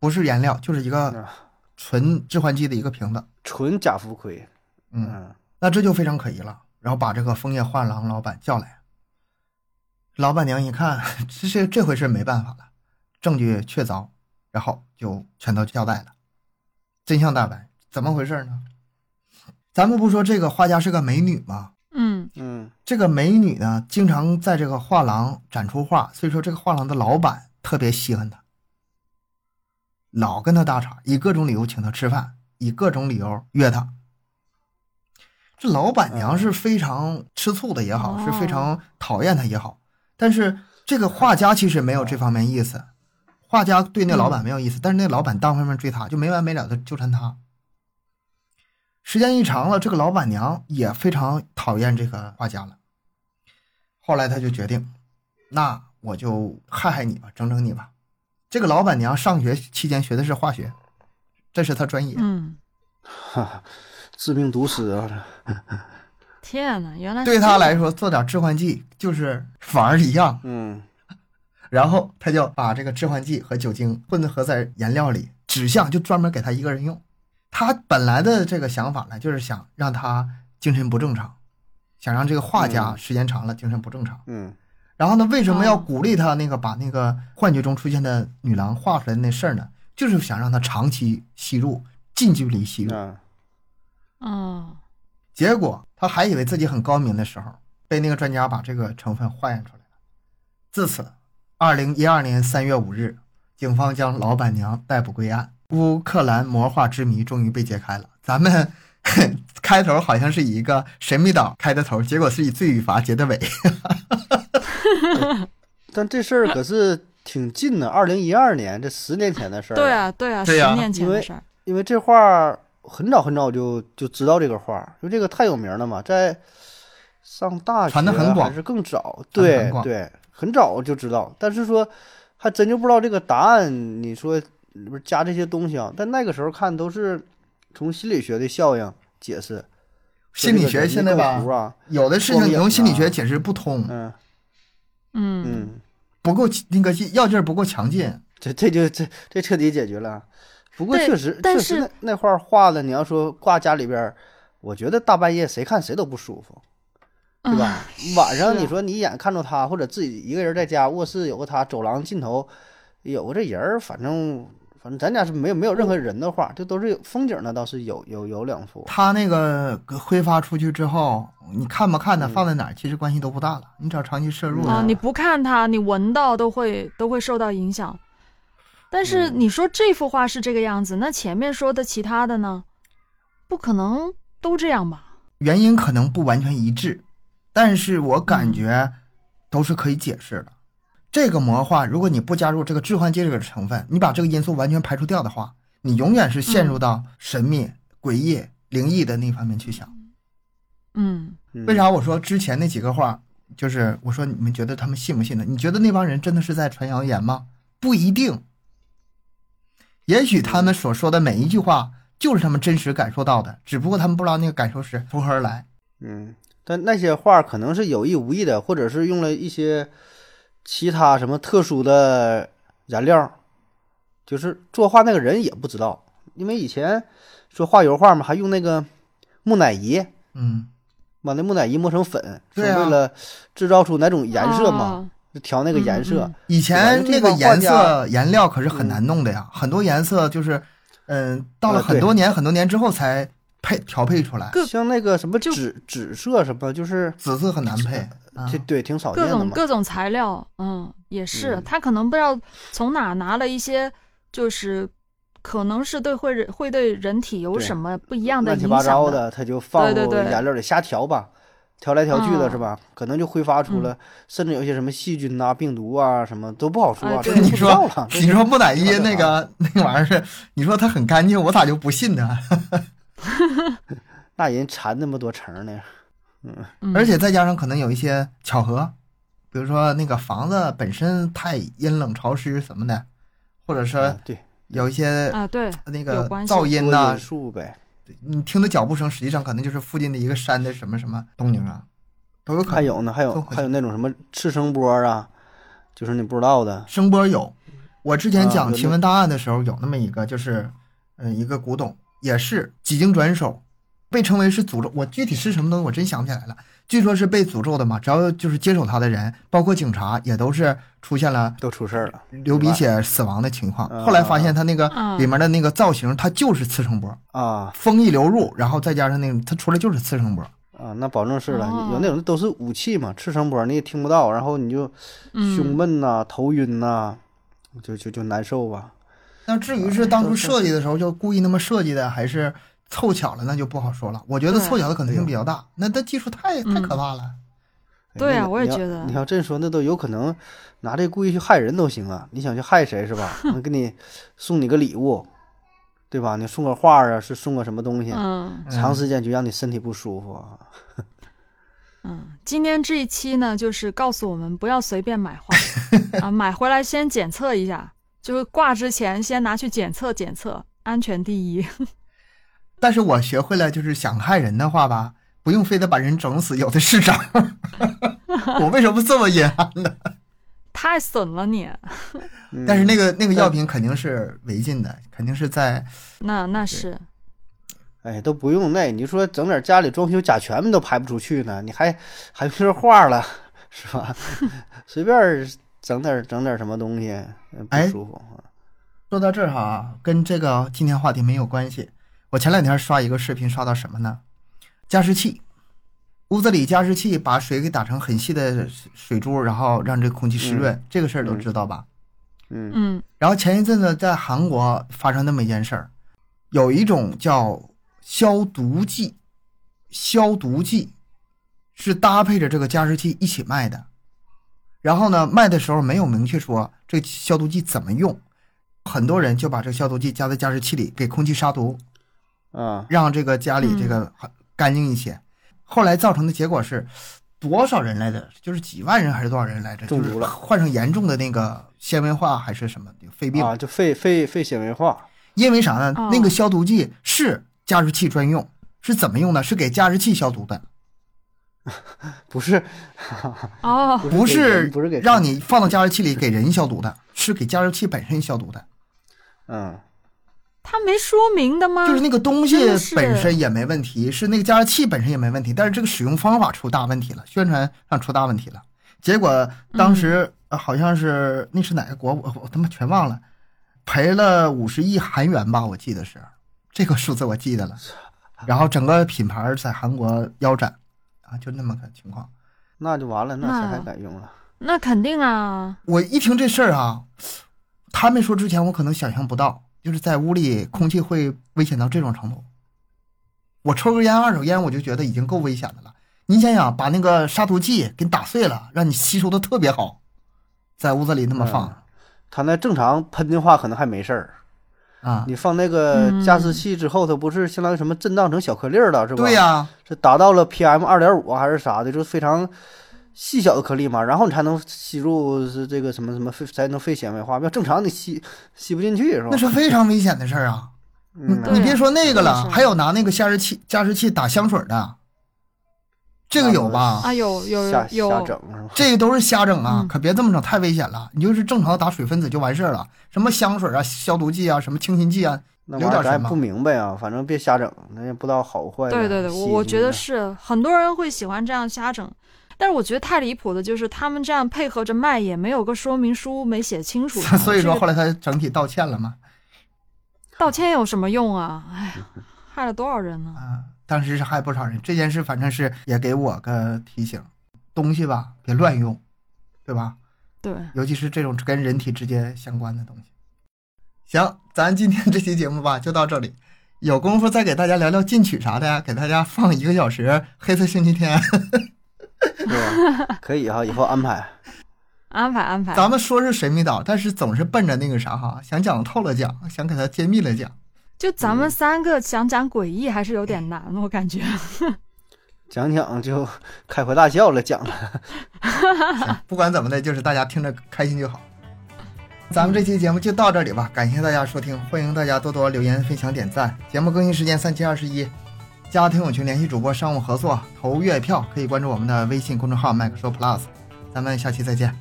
S1: 不是颜料，就是一个
S3: 啊
S1: 纯致幻剂的一个瓶子。
S3: 纯甲氟喹。
S1: 嗯，
S3: 嗯
S1: 那这就非常可疑了。然后把这个枫叶画廊老板叫来，老板娘一看， [laughs] 这这这回是没办法了，证据确凿，然后就全都交代了，真相大白，怎么回事呢？咱们不说这个画家是个美女吗？
S2: 嗯
S3: 嗯
S1: 这个美女呢，经常在这个画廊展出画，所以说这个画廊的老板特别稀罕她，老跟她搭茬，以各种理由请她吃饭，以各种理由约她。这老板娘是非常吃醋的也好，
S2: 哦
S1: 是非常讨厌她也好，但是这个画家其实没有这方面意思，画家对那老板没有意思，但是那老板单方面追她，就没完没了的纠缠她。时间一长了，这个老板娘也非常讨厌这个画家了。后来他就决定，那我就害害你吧，整整你吧。这个老板娘上学期间学的是化学，这是她专业。
S2: 嗯，
S3: 致命毒师啊！
S2: 天哪，原来
S1: 对
S2: 是
S1: 她
S2: 这样
S1: 来说，做点致幻剂就是反而一样。
S3: 嗯，
S1: 然后他就把这个致幻剂和酒精混合在颜料里，指向就专门给他一个人用。他本来的这个想法呢，就是想让他精神不正常，想让这个画家
S3: 嗯
S1: 时间长了精神不正常。
S3: 嗯
S1: 然后呢，为什么要
S2: 哦
S1: 鼓励他那个把那个幻觉中出现的女郎画出来那事儿呢？就是想让他长期吸入，近距离吸入。
S3: 啊，
S2: 哦，
S1: 结果他还以为自己很高明的时候，被那个专家把这个成分化验出来了。自此，二零一二年三月五日，警方将老板娘逮捕归案。乌克兰魔化之谜终于被揭开了。咱们 [laughs] 开头好像是以一个神秘岛开的头，结果是以罪与罚结的尾。
S3: 但这事儿可是挺近的，二零一二年，这十年前的事儿。
S2: 对，啊，对啊，
S1: 对呀
S2: 十年前
S3: 因
S2: 的
S3: 为
S2: 事儿，
S3: 因为这画儿很早很早就就知道这个画儿，因为这个太有名了嘛，在上大学
S1: 传得很广
S3: 还是更早，
S1: 传得
S3: 对
S1: 很广
S3: 对，很早就知道，但是说还真就不知道这个答案。你说里边加这些东西啊，但那个时候看都是从心理学的效应解释。
S1: 心理学现在吧
S3: 这个人的构图啊，
S1: 有的事情你用心理学解释不通，
S3: 嗯
S2: 嗯
S3: 嗯，
S1: 不够那个药劲儿不够强劲。
S3: 这这就这这彻底解决了。不过
S2: 对
S3: 确实，
S2: 但
S3: 确实
S2: 是
S3: 那那画画的，你要说挂家里边儿，我觉得大半夜谁看谁都不舒服，对吧？
S2: 啊
S3: 晚上
S2: 是
S3: 你说你一眼看着他，或者自己一个人在家，卧室有个他，走廊尽头有个这人儿，反正反正咱家是没有没有任何人的画，这都是有风景的，倒是有有有两幅。
S1: 它那个挥发出去之后，你看不看它放在哪儿，其实关系都不大了。你只要长期摄入
S3: 嗯
S2: 啊，
S1: 了，
S2: 你不看它，你闻到都会都会受到影响。但是
S3: 嗯
S2: 你说这幅画是这个样子，那前面说的其他的呢？不可能都这样吧？
S1: 原因可能不完全一致，但是我感觉都是可以解释的。这个魔化，如果你不加入这个致幻剂这个成分，你把这个因素完全排除掉的话，你永远是陷入到神秘、诡异、灵异的那方面去想。
S2: 嗯，
S3: 嗯
S1: 为？啥我说之前那几个话，就是我说你们觉得他们信不信呢？你觉得那帮人真的是在传谣言吗？不一定，也许他们所说的每一句话就是他们真实感受到的，只不过他们不知道那个感受是从何而来。
S3: 嗯，但那些画可能是有意无意的，或者是用了一些其他什么特殊的燃料，就是作画那个人也不知道，因为以前说画油画嘛，还用那个木乃伊，
S1: 嗯，
S3: 把那木乃伊磨成粉，是
S1: 对啊
S3: 为了制造出哪种颜色嘛，
S2: 啊？
S3: 就调那个颜色。
S2: 嗯
S1: 以前那个颜
S3: 这帮画嗯
S1: 色颜料可是很难弄的呀，很多颜色就是，嗯，到了
S3: 呃对
S1: 很多年、很多年之后才配调配出来，
S2: 各
S3: 像那个什么
S2: 嗯就
S3: 紫紫色什么，就是
S1: 紫色很难配。啊
S3: 这对挺少见
S2: 各
S3: 的
S2: 种
S3: 嘛。
S2: 各种材料，嗯，也是，
S3: 嗯
S2: 他可能不知道从哪拿了一些，就是可能是对会人会对人体有
S3: 对
S2: 什么不一样的
S3: 乱
S2: 影
S3: 七
S2: 响
S3: 八糟
S2: 的，
S3: 他就放
S2: 对
S3: 入
S2: 对对
S3: 颜料里瞎调吧，调来调去的
S2: 嗯
S3: 是吧？可能就挥发出了，甚至有一些什么细菌呐、病毒啊什么都不好说
S2: 哎
S3: 啊，这
S2: 对
S3: 就
S1: 你
S3: 不知
S1: 说
S3: 道了。这
S1: 你说木乃伊
S3: 这啊
S1: 那个 [laughs] 那玩意儿，你说它很干净，我咋就不信呢？
S3: 那人缠那么多层呢？
S2: 嗯
S1: 而且再加上可能有一些巧合，比如说那个房子本身太阴冷潮湿什么的，或者说
S3: 嗯对，
S1: 有一些
S2: 啊，对，
S1: 那个
S2: 有关系
S1: 噪音
S3: 多
S1: 呐、
S3: 因素呗。
S1: 你听的脚步声，实际上可能就是附近的一个山的什么什么动静啊，都有可能。
S3: 还有呢，还有
S1: 都可以
S3: 还有那种什么次声波啊，就是你不知道的。
S1: 声波有，我之前
S3: 啊有
S1: 讲
S3: 那
S1: 奇闻大案的时候有那么一个，就是嗯一个古董，也是几经转手，被称为是诅咒。我具体是什么东西我真想不起来了，据说是被诅咒的嘛。只要就是接手它的人，包括警察，也都是出现了。
S3: 都出事儿了
S1: 流鼻血死亡的情况。
S3: 嗯
S1: 后来发现它那个
S2: 嗯
S1: 里面的那个造型，它就是次声波，
S3: 啊
S1: 风一流入，然后再加上那个它出来就是次声波。
S3: 啊！那保证是了，
S2: 哦
S3: 有那种都是武器嘛，次声波你也听不到，然后你就
S2: 嗯
S3: 胸闷呐、头晕呐、就就就难受吧。
S1: 那至于是当初设计的时候就故意那么设计的，还是凑巧了，那就不好说了。我觉得
S2: 对
S1: 凑巧的可能性比较大，那它技术太太
S2: 嗯
S1: 可怕了。
S2: 对啊
S3: 哎那个
S2: 我也
S3: 你要
S2: 觉得
S3: 你要这么说，那都有可能拿 [laughs] 这故意去害人都行啊！你想去害谁是吧？能给你送你个礼物，对吧？你送个画儿啊，是送个什么东西，
S2: 嗯
S3: 长时间就让你身体不舒服啊。
S2: 嗯，今天这一期呢，就是告诉我们不要随便买
S1: [laughs]
S2: 画啊，买回来先检测一下，就是挂之前先拿去检测检测，安全第一。 [laughs]
S1: 但是我学会了，就是想害人的话吧，不用非得把人整 [laughs] 死，有的是招儿。我为什么这么阴暗呢？
S2: 太损了你，
S3: 嗯
S1: 但是那个那个药品肯定是违禁的，肯定是在
S2: 那那是
S3: 哎，都不用那，你说整点家里装修甲醛都排不出去呢，你还还说画了是吧？ [laughs] 随便儿整点儿整点儿什么东西呃不
S1: 哎
S3: 舒服。
S1: 说到这儿哈，跟这个今天话题没有关系。我前两天刷一个视频，刷到什么呢？加湿器，屋子里加湿器把水给打成很细的水珠，然后让这空气湿润，这个事儿都知道吧？
S3: 嗯
S2: 嗯
S1: 然后前一阵子在韩国发生那么一件事儿，有一种叫消毒剂，消毒剂是搭配着这个加湿器一起卖的。然后呢，卖的时候没有明确说这消毒剂怎么用，很多人就把这消毒剂加在加湿器里给空气杀毒，嗯
S3: 啊，
S1: 让这个家里这个干净一些。后来造成的结果是，多少人来着？就是几万人还是多少人来着？
S3: 中毒
S1: 就是
S3: 了
S1: 患上严重的那个纤维化还是什么肺病？
S3: 啊，就肺肺肺纤维化。
S1: 因为啥呢
S2: 哦？
S1: 那个消毒剂是加湿器专用，是怎么用呢？是给加湿器消毒的，[laughs]
S3: 不是，
S2: 哦，
S1: 不
S3: 给
S1: 是
S3: 人不是给
S1: 让你放到加湿器里给人消毒的，是给加湿器本身消毒的。
S3: 嗯
S2: 他没说明的吗？
S1: 就是那个东西
S2: 真的是
S1: 本身也没问题，是那个加湿器本身也没问题，但是这个使用方法出大问题了，宣传上出大问题了。结果当
S2: 嗯
S1: 时呃好像是那是哪个国，我我他妈全忘了，赔了五十亿韩元吧，我记得是这个数字我记得了。然后整个品牌在韩国腰斩，啊，就那么个情况。
S3: 那就完了，那谁还
S2: 那
S3: 敢用了？
S2: 那肯定啊，
S1: 我一听这事儿啊，他没说之前，我可能想象不到，就是在屋里空气会危险到这种程度。我抽根烟，二手烟，我就觉得已经够危险的了。你想想，把那个杀毒剂给你打碎了，让你吸收的特别好，在屋子里那么放
S3: 他那正常喷的话，可能还没事儿。
S1: 啊，
S3: 嗯你放那个加湿器之后，它不是相当于什么震荡成小颗粒儿了，是吧？
S1: 对呀、
S3: 这达到了 PM 二点五还是啥的，就是非常细小的颗粒嘛，然后你才能吸入是这个什么什么肺，才能肺纤维化。要正常你吸吸不进去是吧
S1: 那？是非常危险的事儿啊。你
S3: 嗯，
S2: 对
S1: 你别说那个
S2: 是
S1: 了，还有拿那个加湿器加湿器打香水的，这个有吧？
S2: 啊有有
S3: 瞎
S2: 有
S3: 瞎整是吧？
S1: 这个都是瞎整啊
S2: 嗯，
S1: 可别这么整，太危险了。你就是正常打水分子就完事儿了，什么香水啊、消毒剂啊、什么清新剂啊，
S3: 那
S1: 留
S3: 玩意儿
S1: 点
S3: 咱也
S1: 神吧。
S3: 不明白啊，反正别瞎整，那也不知道好坏的。
S2: 对对对，我我觉得是很多人会喜欢这样瞎整，但是我觉得太离谱的就是他们这样配合着卖，也没有个说明书，没写清楚
S1: [laughs] 所以说
S2: 这个
S1: 后来他整体道歉了嘛。
S2: 道歉有什么用啊？哎呀，害了多少人呢？
S1: 啊，当时是害不少人。这件事反正是也给我个提醒，东西吧别乱
S2: 嗯
S1: 用，对吧？
S2: 对，
S1: 尤其是这种跟人体直接相关的东西。行，咱今天这期节目吧就到这里，有功夫再给大家聊聊进取啥的呀，给大家放一个小时黑色星期天。
S3: 是吧？可以哈，以后安排。
S2: 安排安排。
S1: 咱们说是神秘岛，但是总是奔着那个啥哈，想讲透了讲，想给它揭秘了讲。
S2: 就咱们三个想讲诡异还是有点难，我感觉。
S3: 讲讲就开怀大笑了，讲了。
S1: 行不管怎么的，就是大家听着开心就好。咱们这期节目就到这里吧，感谢大家收听，欢迎大家多多留言、分享、点赞。节目更新时间三七二十一，加听友群联系主播商务合作，投月票可以关注我们的微信公众号麦克说 Plus。咱们下期再见。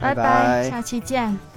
S2: 拜
S3: 拜
S2: 下期见。